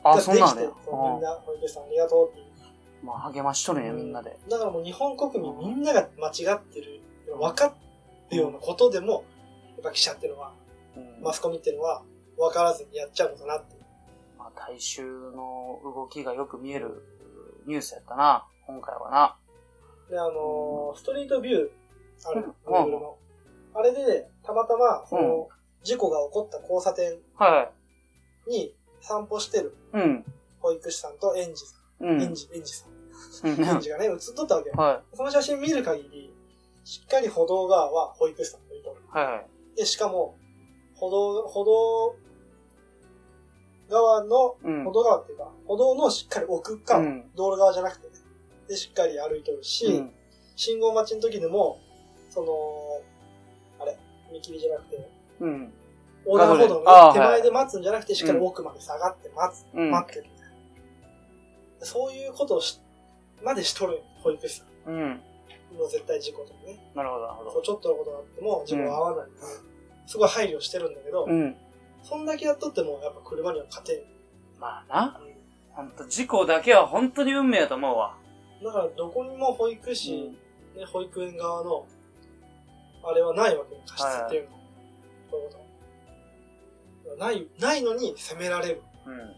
B: あ、
A: が
B: そうなんだ
A: でき
B: よ
A: て。
B: うん
A: そうみんな保育士さんありがとうっていう。
B: まあ、励ましとるんや、みんなで。
A: だからもう日本国民みんなが間違ってる、分かってるようなことでも、やっぱ記者っていうのは、マスコミっていうのは、分からずにやっちゃうのかなって。
B: まあ、大衆の動きがよく見えるニュースやったな、今回はな。
A: で、あのーストリートビュー、ある、
B: うん
A: Google の。あれで、たまたま、その、事故が起こった交差点
B: は
A: に散歩してる
B: い。うん。
A: 保育士さんと園児さ、
B: うん
A: 園
B: ん。
A: 児、園児さん、
B: うん
A: 園児がね、映っとったわけよ。
B: は
A: その写真見る限り、しっかり歩道側は保育士さんといる。
B: い。は
A: で、しかも、歩道、歩道側の、
B: い。うん。
A: 歩道側っていうか、歩道のしっかり奥か、
B: うん。
A: 道路側じゃなくてね。で、しっかり歩いてるし、
B: うん。
A: 信号待ちの時でも、その、あれ、見切りじゃなくて、
B: うん。
A: 横断歩道
B: あ
A: の
B: あ
A: 手
B: は
A: 前
B: い
A: で待つんじゃなくて、しっかり
B: うん
A: 奥まで下がって待つ、
B: うん。
A: 待ってるみたいな。そういうことをし、までしとる保育士さん。
B: うん。
A: もう絶対事故とかね。
B: なるほど、なるほ
A: そう
B: ど。
A: ちょっとのことがあっても、事故は合わないから、すごい配慮してるんだけど、
B: うん。
A: そんだけやっとっても、やっぱ車には勝てん。
B: まあな。ほんと、事故だけは本当に運命やと思うわ。
A: だから、どこにも保育士、ね、保育園側の、あれはないわけよ、過失っていうのは。そういうこと。ない、ないのに責められる。
B: うん。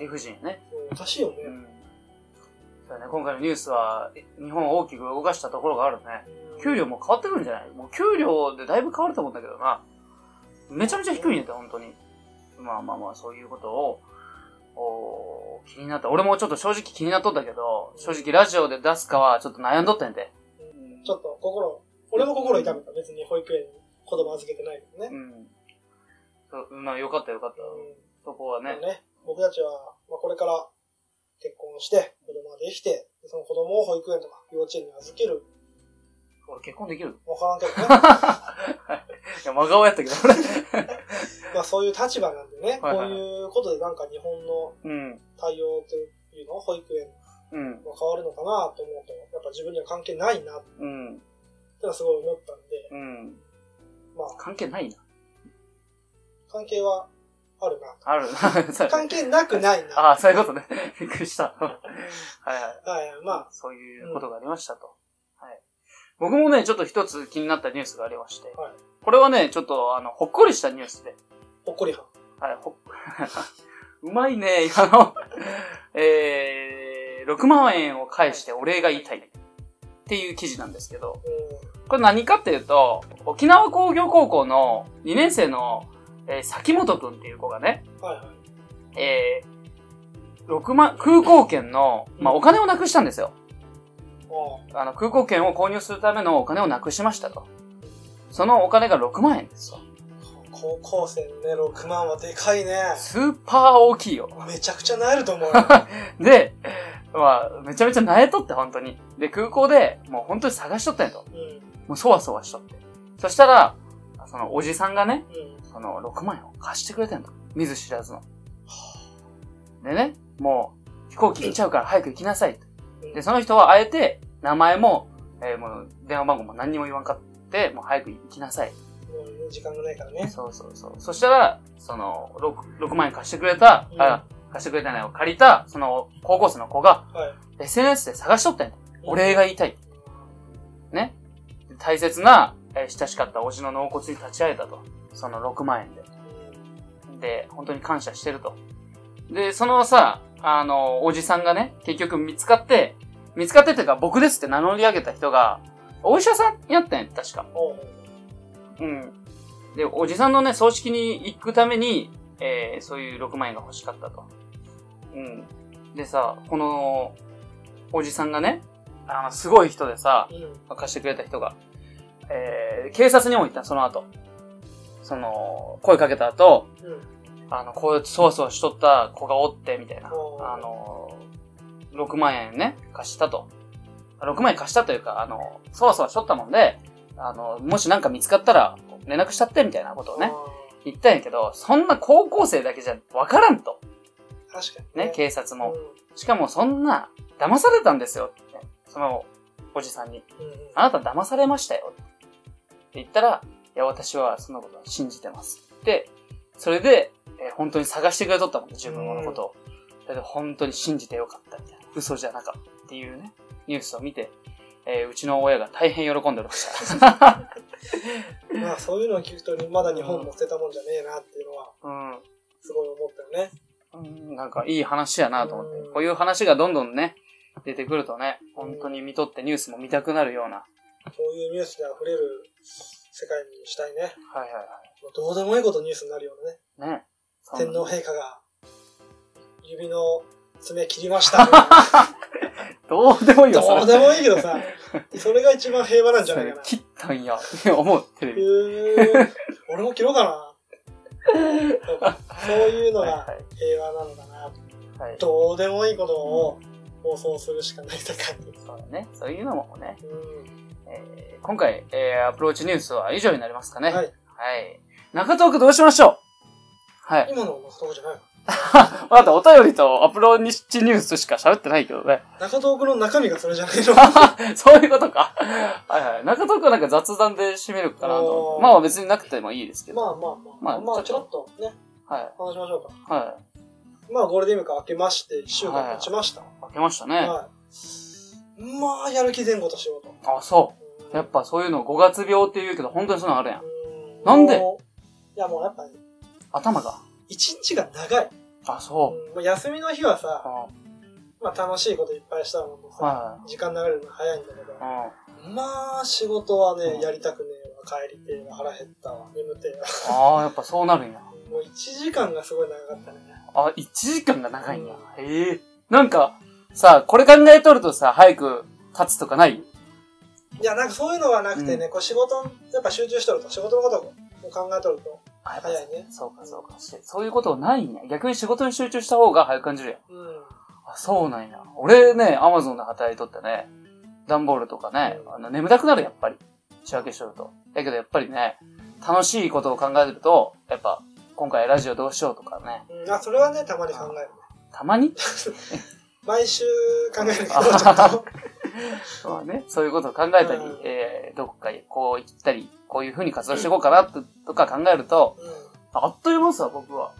B: 理不尽ね。
A: うんおかしいよね。
B: うん。そうだね、今回のニュースは、え日本を大きく動かしたところがあるね。給料も変わってくるんじゃないもう給料でだいぶ変わると思うんだけどな。めちゃめちゃ低いんだよ、本当に。まあまあまあ、そういうことを、おー気になった。俺もちょっと正直気になっとったけど、正直ラジオで出すかはちょっと悩んどったんやで。
A: ちょっと心、俺も心痛めた。別に保育園に子供預けてないけどね。
B: うん。そうまあ、よかったよかった。そこは
A: うん
B: ね。
A: ね僕たちは、まあ、これから結婚して、子供ができて、その子供を保育園とか幼稚園に預ける。
B: 俺結婚できる
A: わからんけどね。
B: いや、真顔やったけ ど、俺。
A: まあそういう立場なんでね、
B: はいはい
A: こ
B: はい
A: ういうことでなんか日本の
B: うん。
A: 対応というの、保育園
B: うん。
A: が変わるのかなと思うと、やっぱ自分には関係ないなって
B: うん。
A: のはすごい思ったんで、
B: うん。
A: まあ
B: 関係ないな。
A: 関係はあるな。
B: あるな。そう
A: 関係なくないな。
B: ああ、そういうことね。びっくりした。はいは
A: は
B: い。
A: い、まあ、
B: そういうことがありましたと。はい。僕もね、ちょっと一つ気になったニュースがありまして。
A: はい
B: これはね、ちょっと、あの、ほっこりしたニュースで。
A: ほっこりはん。
B: はい、ほっ、 うまいね、今の。 えー、6万円を返してお礼が言いたい。っていう記事なんですけど。
A: う
B: これ何かっていうと、沖縄工業高校の2年生の、えー、崎本くんっていう子がね、
A: ん。はいはい。
B: えー、6万、空港券の、まあ、お金をなくしたんですよ。
A: あ
B: あの、空港券を購入するためのお金をなくしましたと。そのお金が6万円ですと。
A: あ、高校生のね、6万はでかいね。
B: スーパー大きいよ。
A: めちゃくちゃなえると 思うよ。
B: で、まあ、めちゃめちゃ萎えとって、本当に。で、空港で、もう本当に探しとったんやと。
A: うん。うん。
B: もうそわそわしとって。そしたら、そのおじさんがね、その6万円を貸してくれてんの。見ず知らずの。でね、もう飛行機来ちゃうから早く行きなさい
A: う
B: と。
A: ん
B: で、その人はあえて名前も、えーもう電話番号も何にも言わんかって、もう早く行きなさい。
A: もう時間がないからね。
B: そうそうそう。そしたら、その 6, 6万円貸してくれた、あ、貸してくれたのを借りた、その高校生の子が、
A: は
B: SNS で探しとったんや。お礼
A: が。
B: が言いたい。ね。で大切な、えー親しかったおじの納骨に立ち会えたと。その6万円で。
A: うん
B: で、本当に感謝してると。で、そのさ、あの、おじさんがね、結局見つかって、見つかってっていうか僕ですって名乗り上げた人が、お医者さんやったんや、確か。
A: おう
B: うん。で、おじさんのね、葬式に行くために、えー、そういう6万円が欲しかったと。うん。でさ、この、おじさんがね、あの、すごい人でさ、
A: うん。
B: 貸してくれた人が、えー、警察にも行ったのその後。その、声かけた後、
A: うん。
B: あの、こうやってそわそわしとった子がおって、みたいな。
A: おー
B: あの、6万円ね、貸したと。6万円貸したというか、あの、そわそわしとったもんで、あの、もしなんか見つかったら、連絡しちゃって、みたいなことをね、言ったんやけど、そんな高校生だけじゃわからんと。
A: あー。確かに
B: ね、警察も。
A: う
B: しかもそんな、騙されたんですよ、ってねその、おじさんに。
A: んうん。
B: あなた騙されましたよ。って言ったら、いや、私はそのことは信じてます。で、それで、えー本当に探してくれとったもんね、自分のことを。だけど、本当に信じてよかったみたいな。嘘じゃなかったっていうね、ニュースを見て、えーうちの親が大変喜んでおり ました。
A: まあそういうのを聞くと、まだ日本も捨てたもんじゃねえなっていうのは、
B: うん
A: すごい思ったよね。
B: うん。なんか、いい話やなと思って
A: う。ん
B: こういう話がどんどんね、出てくるとね、本当に見とってニュースも見たくなるような。
A: こういうニュースで溢れる世界にしたいね。
B: はいは
A: もうどうでもいいことニュースになるようなね。
B: いはい。ね。そんな
A: 天皇陛下が指の爪切りましたみたいな。
B: どうで もいいよ、それ
A: どうでもいいけどさ、それが一番平和なんじゃない かな。
B: 切ったんや、って思う、テレ
A: う
B: ビ。
A: ーん俺も切ろうかな。そういうの
B: はいは
A: が平和なのかな。
B: い。はい。
A: どうでもいいことを放送するしかない世界に。
B: そうだね。そういうのもね、
A: うん
B: えー今回、えーアプローチニュースは以上になりますかね。
A: は
B: はい。
A: い。
B: 中トークどうしましょうはい。
A: 今のはそこじゃないの
B: まだお便りとアプローチニュースしか喋ってないけどね。
A: 中東区の中身がそれじゃないの
B: そういうことか。はいはい。中トークはなんか雑談で締めるかなと
A: お。ー
B: まあ別になくてもいいですけど。
A: まあまあまあ。
B: まあ
A: まあちょっとね、
B: はい。
A: 話しましょうか。
B: は
A: まあゴールデンウィーク明けまして、1週間経ちました。
B: い。開けましたね。
A: はい。まあ、やる気前後としようと。
B: あ、そう。やっぱそういうの5月病って言うけど、本当にそういうのあるやん。なんで
A: もういや、もうやっぱ、ね、
B: 頭が。
A: 一日が長い。
B: あ、そう。
A: うんまあ、休みの日はさ、
B: あ
A: まあ、楽しいこといっぱいしたのもさ、
B: は
A: 時間流れるの早いんだけど
B: い。、あ
A: まあ、仕事は
B: うん
A: ね、やりたくねえわ、帰りてえわ、腹減ったわ、眠てえわ。
B: あー、やっぱそうなるんや。
A: もう1時間がすごい長かったね。
B: あ、1時間が長いんや。へえ。なんか、さ、これ考えとるとさ、早く立つとかない
A: いや、なんかそういうのはなくてね、こう仕事、やっぱ集中しとると、仕事のことを考えとると、
B: あやっぱ
A: 早いね。
B: そうか、そうか。しそういうことないんや。逆に仕事に集中した方が早く感じるやん。
A: うん。
B: あ、そうなんや。俺ね、アマゾンで働いとってね、段ボールとかね、あの眠たくなる、やっぱり。仕分けしとると。だけどやっぱりね、楽しいことを考えてると、やっぱ、今回ラジオどうしようとかね、
A: うん、あ、それはね、たまに考えるね。
B: たまに
A: 毎週考えるけど、ちょ
B: あ
A: っ と。
B: まあね、そういうことを考えたり、
A: うん
B: えーどこかへこう行ったり、こういう風に活動していこうかなととか考えると、
A: うん。
B: あっという間さ、僕は。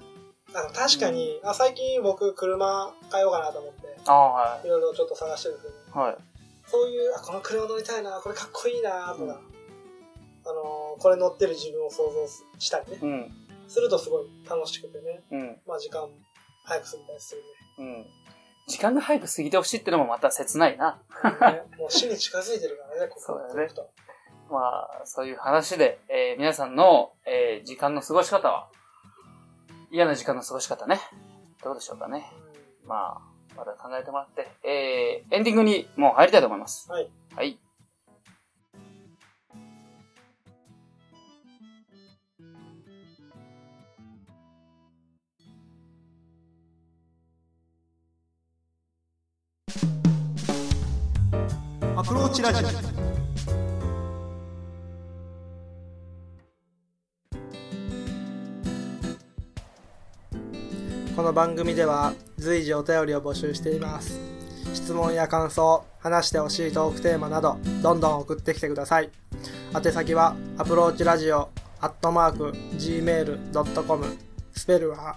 A: あの確かに、あ最近僕、車買おうかなと思って、
B: ああ、はい
A: ろいろちょっと探してるけど、
B: い。はい。
A: そういう、あ、この車乗りたいな、これかっこいいな、とか、あのーこれ乗ってる自分を想像したりね、
B: うん、
A: するとすごい楽しくてね、
B: うん、
A: まあ時間早く過ぎたりする ね。
B: うん。時間が早く過ぎてほしいってのもまた切ないな。
A: ねもう死に近づいてるからね、ここ
B: そうだね
A: ずっと
B: まあ、そういう話で、えー皆さんの、えー時間の過ごし方は、嫌な時間の過ごし方ね。どうでしょうかね。まあ、また考えてもらって、えーエンディングにもう入りたいと思います。
A: はい。
B: はい。
D: アプローチラジオ
A: この番組では随時お便りを募集しています質問や感想話してほしいトークテーマなどどんどん送ってきてください宛先はアプローチラジオアットマーク Gmail.com スペルは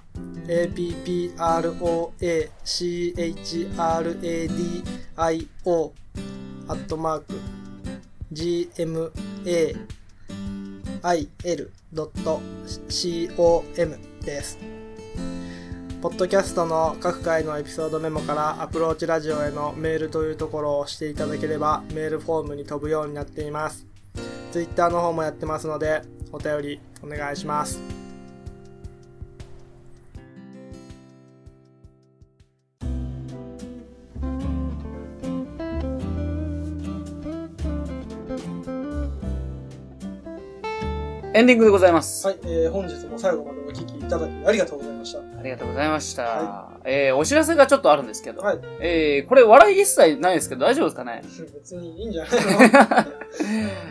A: APPROACHRADIO アットマーク GMAIL.com ですポッドキャストの各回のエピソードメモからアプローチラジオへのメールというところを押していただければメールフォームに飛ぶようになっています。Twitter の方もやってますのでお便りお願いします。
B: エンディングでございます。
A: はい、えー、本日も最後までお聞きいただきありがとうございました。
B: ありがとうございました。
A: は
B: えーお知らせがちょっとあるんですけど、
A: はい、
B: えーこれ笑い一切ないですけど大丈夫ですかね
A: 別にいいんじゃ ない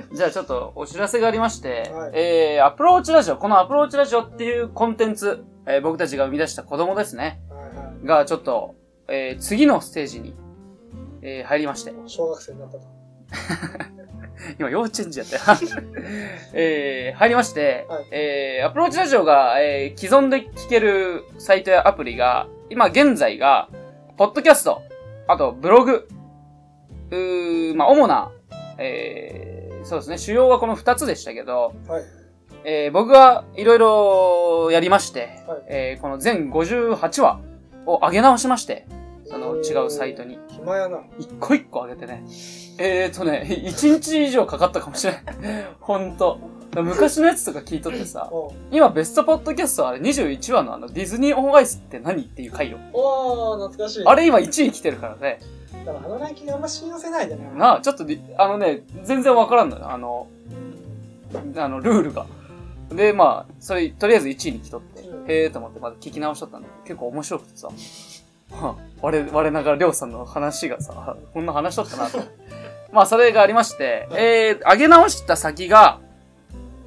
A: の
B: じゃあちょっとお知らせがありまして、
A: はい
B: えーアプローチラジオ、このアプローチラジオっていうコンテンツ、えー僕たちが生み出した子供ですね、
A: はいは
B: がちょっと、えー次のステージに、えー入りまして、
A: い。小学生になったと。
B: 今幼稚園児やったよ。 えー入りまして、
A: はい
B: えーアプローチラジオが、えー既存で聞けるサイトやアプリが、今現在が、ポッドキャスト、あとブログ、うーまあ主な、えーそうですね、主要はこの2つでしたけど、
A: はい。
B: えー僕はいろいろやりまして、
A: はい
B: えーこの全58話を上げ直しまして、その違うサイトに。
A: 暇やな。
B: 一個一個上げてね。えーとね、一日以上かかったかもしれない。ほんと。昔のやつとか聞いとってさ、
A: お
B: 今ベストポッドキャストあれ21話のあのディズニーオンアイスって何っていう回よ。
A: おー、懐かしい。
B: あれ今1位来てるからね。
A: でもあのランキングあんま信用せないじゃない
B: なあ、ちょっとり、あのね、全然わからんのよ。あの、あの、ルールが。で、まあ、それ、とりあえず1位に来とって、
A: うん
B: へえーと思ってまた聞き直しとったんだけど、結構面白くてさ、 はあ我、我ながらりょうさんの話がさ、こんな話しとったなと。 まあ、それがありまして、
A: はい
B: えー、上げ直した先が、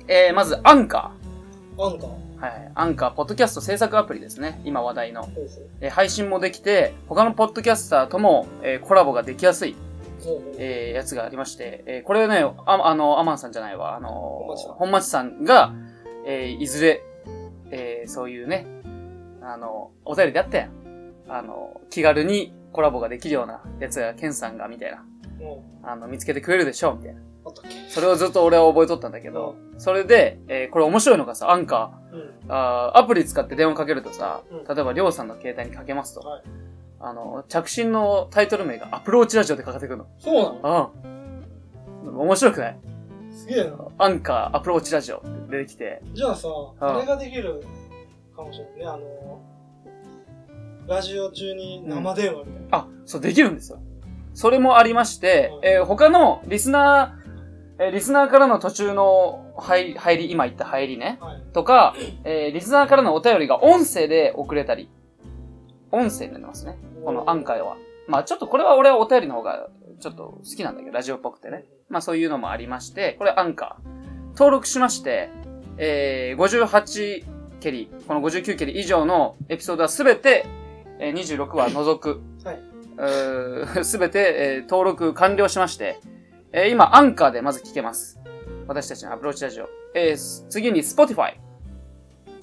B: えー、まず、アンカ
A: あんた。
B: ー。はい、アンカー、ポッドキャスト制作アプリですね。今話題の。
A: そうそう。
B: えー配信もできて、他のポッドキャスターとも、えーコラボができやすい。
A: そうそう
B: えーやつがありまして、えーこれね、あ、あの、アマンさんじゃないわ、あのー
A: 本町さん
B: 本町さんが、えーいずれ、えーそういうね、あの、お便りであったやん。あの、気軽にコラボができるようなやつが、ケンさんが、みたいな
A: も
B: あの、見つけて食えるでしょ、みたいな。
A: う、あったっけ
B: それをずっと俺は覚えとったんだけど、それで、えーこれ面白いのがさ、アンカ
A: うん。
B: ー、あーアプリ使って電話かけるとさ
A: うん、
B: 例えばりょうさんの携帯にかけますと、
A: はい
B: あの、着信のタイトル名がアプローチラジオでかかってくるの。
A: そうなの
B: ああ。面白くない
A: すげえな。
B: アンカー、アプローチラジオって出てきて、
A: じゃあさ、
B: あ
A: あれができるかもしれないね。あの、ラジオ中に生電話みたいな。
B: あ、そう、できるんですよ。それもありまして、
A: うん
B: えー他のリスナー、えーリスナーからの途中の入り、入り、今言った入りね。
A: はい。
B: とか、えーリスナーからのお便りが音声で送れたり。音声になりますね。このアンカーは。まあちょっとこれは俺はお便りの方がちょっと好きなんだけど、ラジオっぽくてね。まあそういうのもありまして、これアンカー。登録しまして、えー、58ケリ、この59ケリ以上のエピソードはすべて、えー、26話除く。
A: はいう
B: ー。すべて、えー登録完了しまして、えー今アンカーでまず聞けます。私たちのアプローチラジオ。えーす次に Spotify。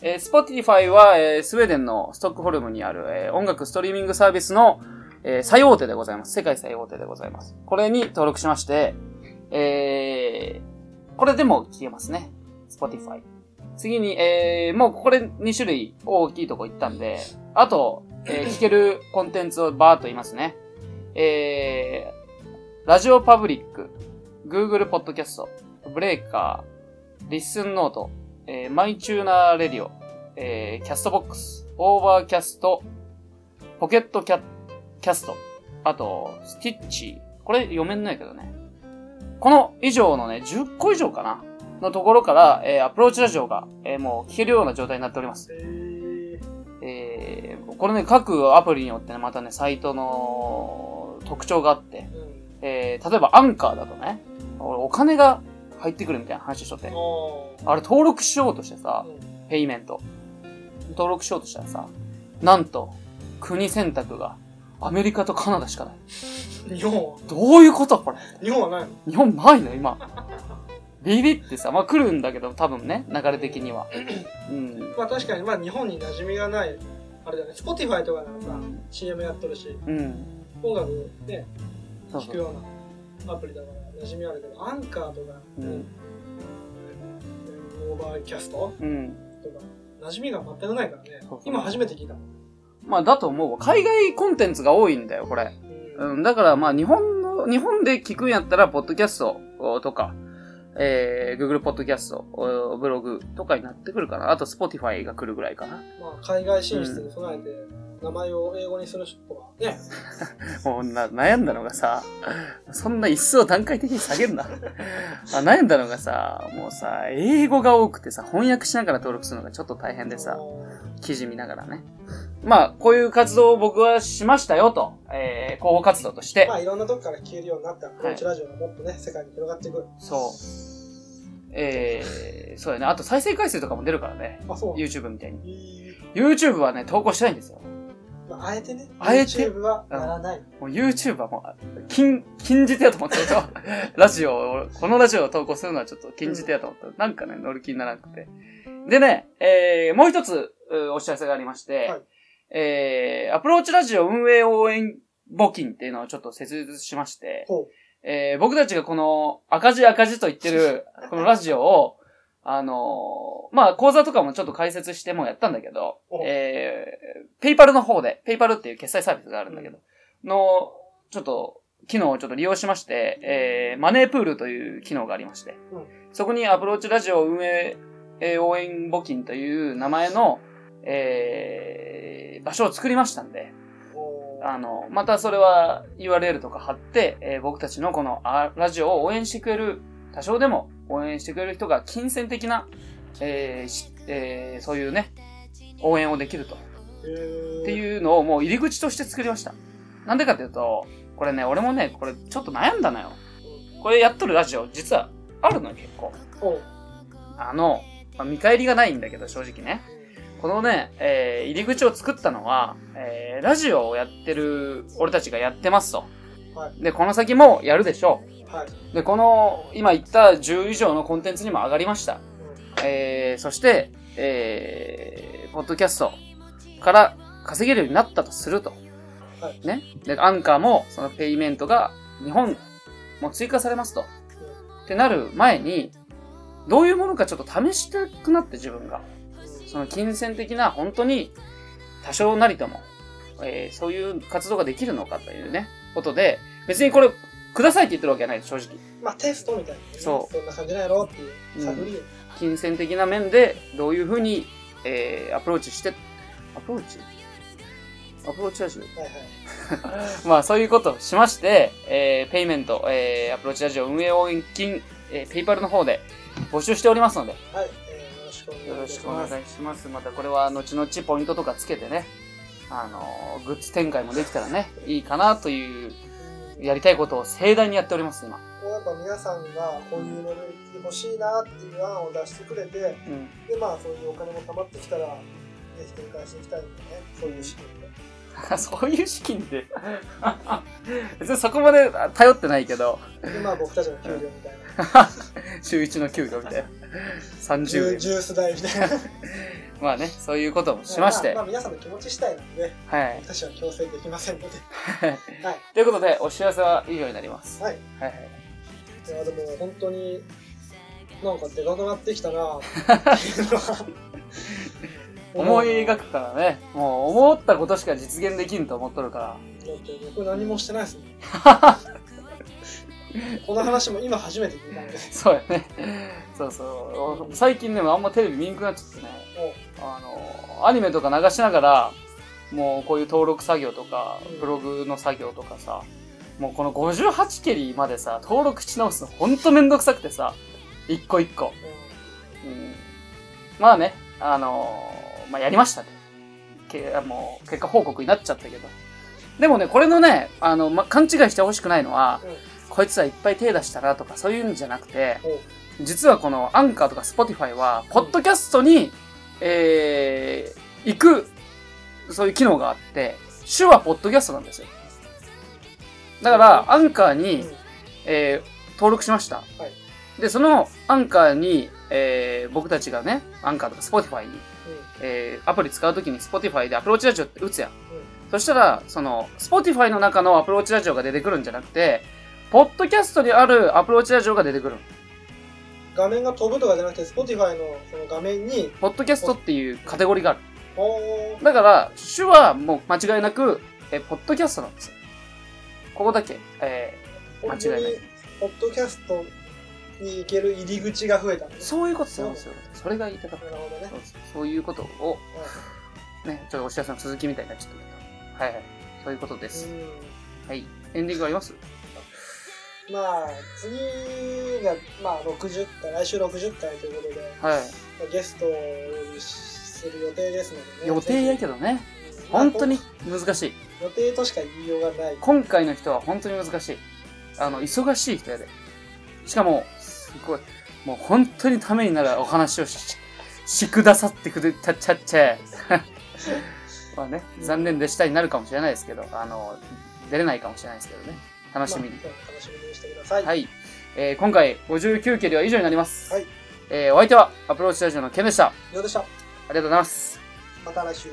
B: えー、Spotify は、えースウェーデンのストックホルムにある、えー音楽ストリーミングサービスの、えー最大手でございます。世界最大手でございます。これに登録しまして、えー、これでも消えますね。Spotify。次に、えー、もうこれ2種類大きいとこ行ったんで、あと、えー聞けるコンテンツをバーっと言いますね。えー、ラジオパブリック、Google ポッドキャスト、ブレイカー、リッスンノート、えー、マイチューナーレディオ、えー、キャストボックス、オーバーキャスト、ポケットキャ、キャスト、あと、スティッチ、これ読めんないけどね。この以上のね、10個以上かなのところから、えーアプローチラジオが、えーもう聞けるような状態になっております。
A: えー、
B: えーこれね、各アプリによってね、またね、サイトの特徴があって、
A: うん。
B: えー例えばアンカーだとね、俺お金が入ってくるみたいな話しとって、
A: あ
B: あれ登録しようとして
A: あ。
B: さ
A: う、ん
B: ペイメント。登録しようとしたらさ、なんと、国選択がアメリカとカナダしかない。
A: 日本は
B: どういうことこれ。
A: 日本はないの
B: 日本ないの今。ビビってさ、まあ来るんだけど、多分ね、流れ的には。うん。
A: まあ確かに、まあ日本に馴染みがない、あれだね。Spotify とかならさ、CM やっとるし、
B: うん。
A: 音楽ね、
B: そう
A: 聴
B: そ
A: く
B: う。
A: ようなアプリだから馴染みあるけど、アンカーとか、
B: うん。
A: オーバーキャスト
B: うん。
A: とか、馴染みが全くないからね
B: そうそう。
A: 今初めて聞いた。
B: まあだと思うわ。海外コンテンツが多いんだよ、これ。うん。だからまあ日本の、日本で聞くんやったら、ポッドキャストとか、えー、Google ポッドキャスト、ブログとかになってくるかな。あと Spotify が来るぐらいかな。
A: まあ、海外進出に備えて、名前を英語にする人はね、
B: もうな、悩んだのがさ、そんな一層段階的に下げるな。あ 悩んだのがさ、もうさ、英語が多くてさ、翻訳しながら登録するのがちょっと大変でさ、記事見ながらね。まあ、こういう活動を僕はしましたよと、えー、広報活動として
A: ま。あ、いろんなとこから消えるようになったコーチラジオがもっとね、世界に広がっていく。
B: そう。えー、そうやね。あと再生回数とかも出るからね。
A: あ、そう。
B: YouTube みたいに。
A: えー
B: YouTube はね、投稿したいんですよ。
A: まあ、あえてね、
B: あえて
A: YouTube はならない。
B: もう YouTube はもう、禁、禁じ手やと思ってると、 ラジオを、このラジオを投稿するのはちょっと禁じ手やと思った。なんかね、乗る気にならなくて。でね、えー、もう一つ、うお知らせがありまして、
A: はい
B: えー、アプローチラジオ運営応援募金っていうのをちょっと設立しまして、
A: ほう。
B: えー、僕たちがこの赤字赤字と言ってる、 このラジオを、あのーまあ、講座とかもちょっと解説してもやったんだけど
A: お、
B: えー、ペイパルの方で、ペイパルっていう決済サービスがあるんだけど、の、ちょっと、機能をちょっと利用しまして、えー、マネープールという機能がありまして、
A: うん
B: そこにアプローチラジオ運営、えー応援募金という名前の、えー、場所を作りましたんで、
A: おー
B: あの、またそれは URL とか貼って、えー僕たちのこのあラジオを応援してくれる、多少でも応援してくれる人が金銭的な、えーしえーそういうね、応援をできると。
A: えー
B: っていうのをもう入り口として作りました。なんでかっていうと、これね、俺もね、これちょっと悩んだのよ。これやっとるラジオ、実はあるのよ、結構。
A: ほう。
B: あの、まあ見返りがないんだけど、正直ね。このね、えー入り口を作ったのは、えーラジオをやってる、俺たちがやってますと。
A: は
B: で、この先もやるでしょ
A: はい。
B: う。で、この、今言った10以上のコンテンツにも上がりました。えーそして、えーポッドキャストから稼げるようになったとすると。
A: は
B: ね。で、アンカーも、そのペイメントが日本もう追加されますと。ってなる前に、どういうものかちょっと試したくなって自分が。その金銭的な本当に多少なりとも、えーそういう活動ができるのかというね、ことで、別にこれ、くださいって言ってるわけじゃないです、正直。
A: まあテストみたいな、ね、
B: そう
A: そんな感じなんやろっていう探り、
B: 金銭的な面でどういうふうに、えーアプローチして、アプローチアプローチラジ
A: はいはい
B: オまあそういうことをしまして、えーペイメント、えーアプローチラジオ運営応援金、えーペイパルの方で募集しておりますので、
A: はい、えーよろしくお願いします
B: よろしくお願いします。またこれは後々ポイントとかつけてね、あのーグッズ展開もできたらね、いいかなという、やりたいことを盛大にやっております、今。
A: こうやっぱ皆さんがこういうノベリティ欲しいなっていう案を出してくれてで
B: うん。
A: まあそういうお金も貯まってきたらぜひ展開していきたいんでねそういう資金で
B: そういう資金で。 別にそこまで頼ってないけど、
A: でまあ僕たちの給料みたいな
B: 週一の給料みたい な。
A: ジュ
B: 30
A: ジ
B: 円。
A: ュース代みたいな
B: まあね、そういうこともしまして。
A: ああ
B: は
A: あ皆さんの気持ち次第なんでね
B: い。
A: 私は強制できませんので はい
B: ということで、お知らせは以上になります。
A: はい
B: はいはい。
A: いやでも本当になんかでかくなってきた なっていうのは
B: 思い描くからね、もう思ったことしか実現できんと思っとるから。
A: だって僕何もしてないですも んこの話も今初めて聞いたんで
B: そうやね。そうそう。最近ね、あんまテレビ見んくなっちゃってね。
A: もう
B: あの、アニメとか流しながら、もうこういう登録作業とか
A: うん、
B: ブログの作業とかさ、もうこの58蹴りまでさ、登録し直すのほんとめんどくさくてさ、一個一個。うん、まあね、あのーまあやりましたね。けあもう結果報告になっちゃったけど。でもね、これのね、あの、ま、勘違いしてほしくないのは、
A: うん
B: こいつはいっぱい手出したなとかそういうんじゃなくて、
A: お
B: 実はこのアンカーとかスポティファイは、ポッドキャストに、えー、行く、そういう機能があって、主はポッドキャストなんですよ。だから、アンカーに、
A: うん
B: えー登録しました。で、そのアンカーに、えー僕たちがね、アンカーとか Spotify に、えーアプリ使うときに Spotify でアプローチラジオって打つやん。そしたら、その、Spotify の中のアプローチラジオが出てくるんじゃなくて、ポッドキャストにあるアプローチラジオが出てくる。
A: 画面が飛ぶとかじゃなくて Spotify のその画面に
B: ポッドキャストっていうカテゴリーがある。
A: おー
B: だから、主はもう間違いなく、えーポッドキャストなんですよ。ここだけ、え
A: 本当
B: 間違いない
A: にポッドキャストに行ける入り口が増えたんで
B: ー
A: す
B: そういうことなんですよ。それが言いたかった
A: な。るほどね
B: そうそうそういうことを、ね、ちょっとお知らせの続きみたいになっちゃったけど。はいはい。そういうことです。
A: う
B: はい。エンディングあります
A: んまあ次がまあ60回来週60回ということで
B: はい。
A: まあゲストをお呼びする予定ですのでね
B: 予定やけ
A: ど
B: どね。本当に難しい。
A: 予定としか言いようがない
B: 今回の人は本当に難しい。あの、忙しい人やで。しかも、すごい、もう本当にためになるお話をし、しくださってくれたっちゃっちゃ。 まあね、残念でしたになるかもしれないですけど、あの、出れないかもしれないですけどね。楽しみに。
A: まあ楽しみにしてください
B: はい。えー今回59蹴りは以上になります。
A: はい。
B: えーお相手はアプローチラジオのケンでした。あ
A: ようでした
B: りがとうございます。
A: また来週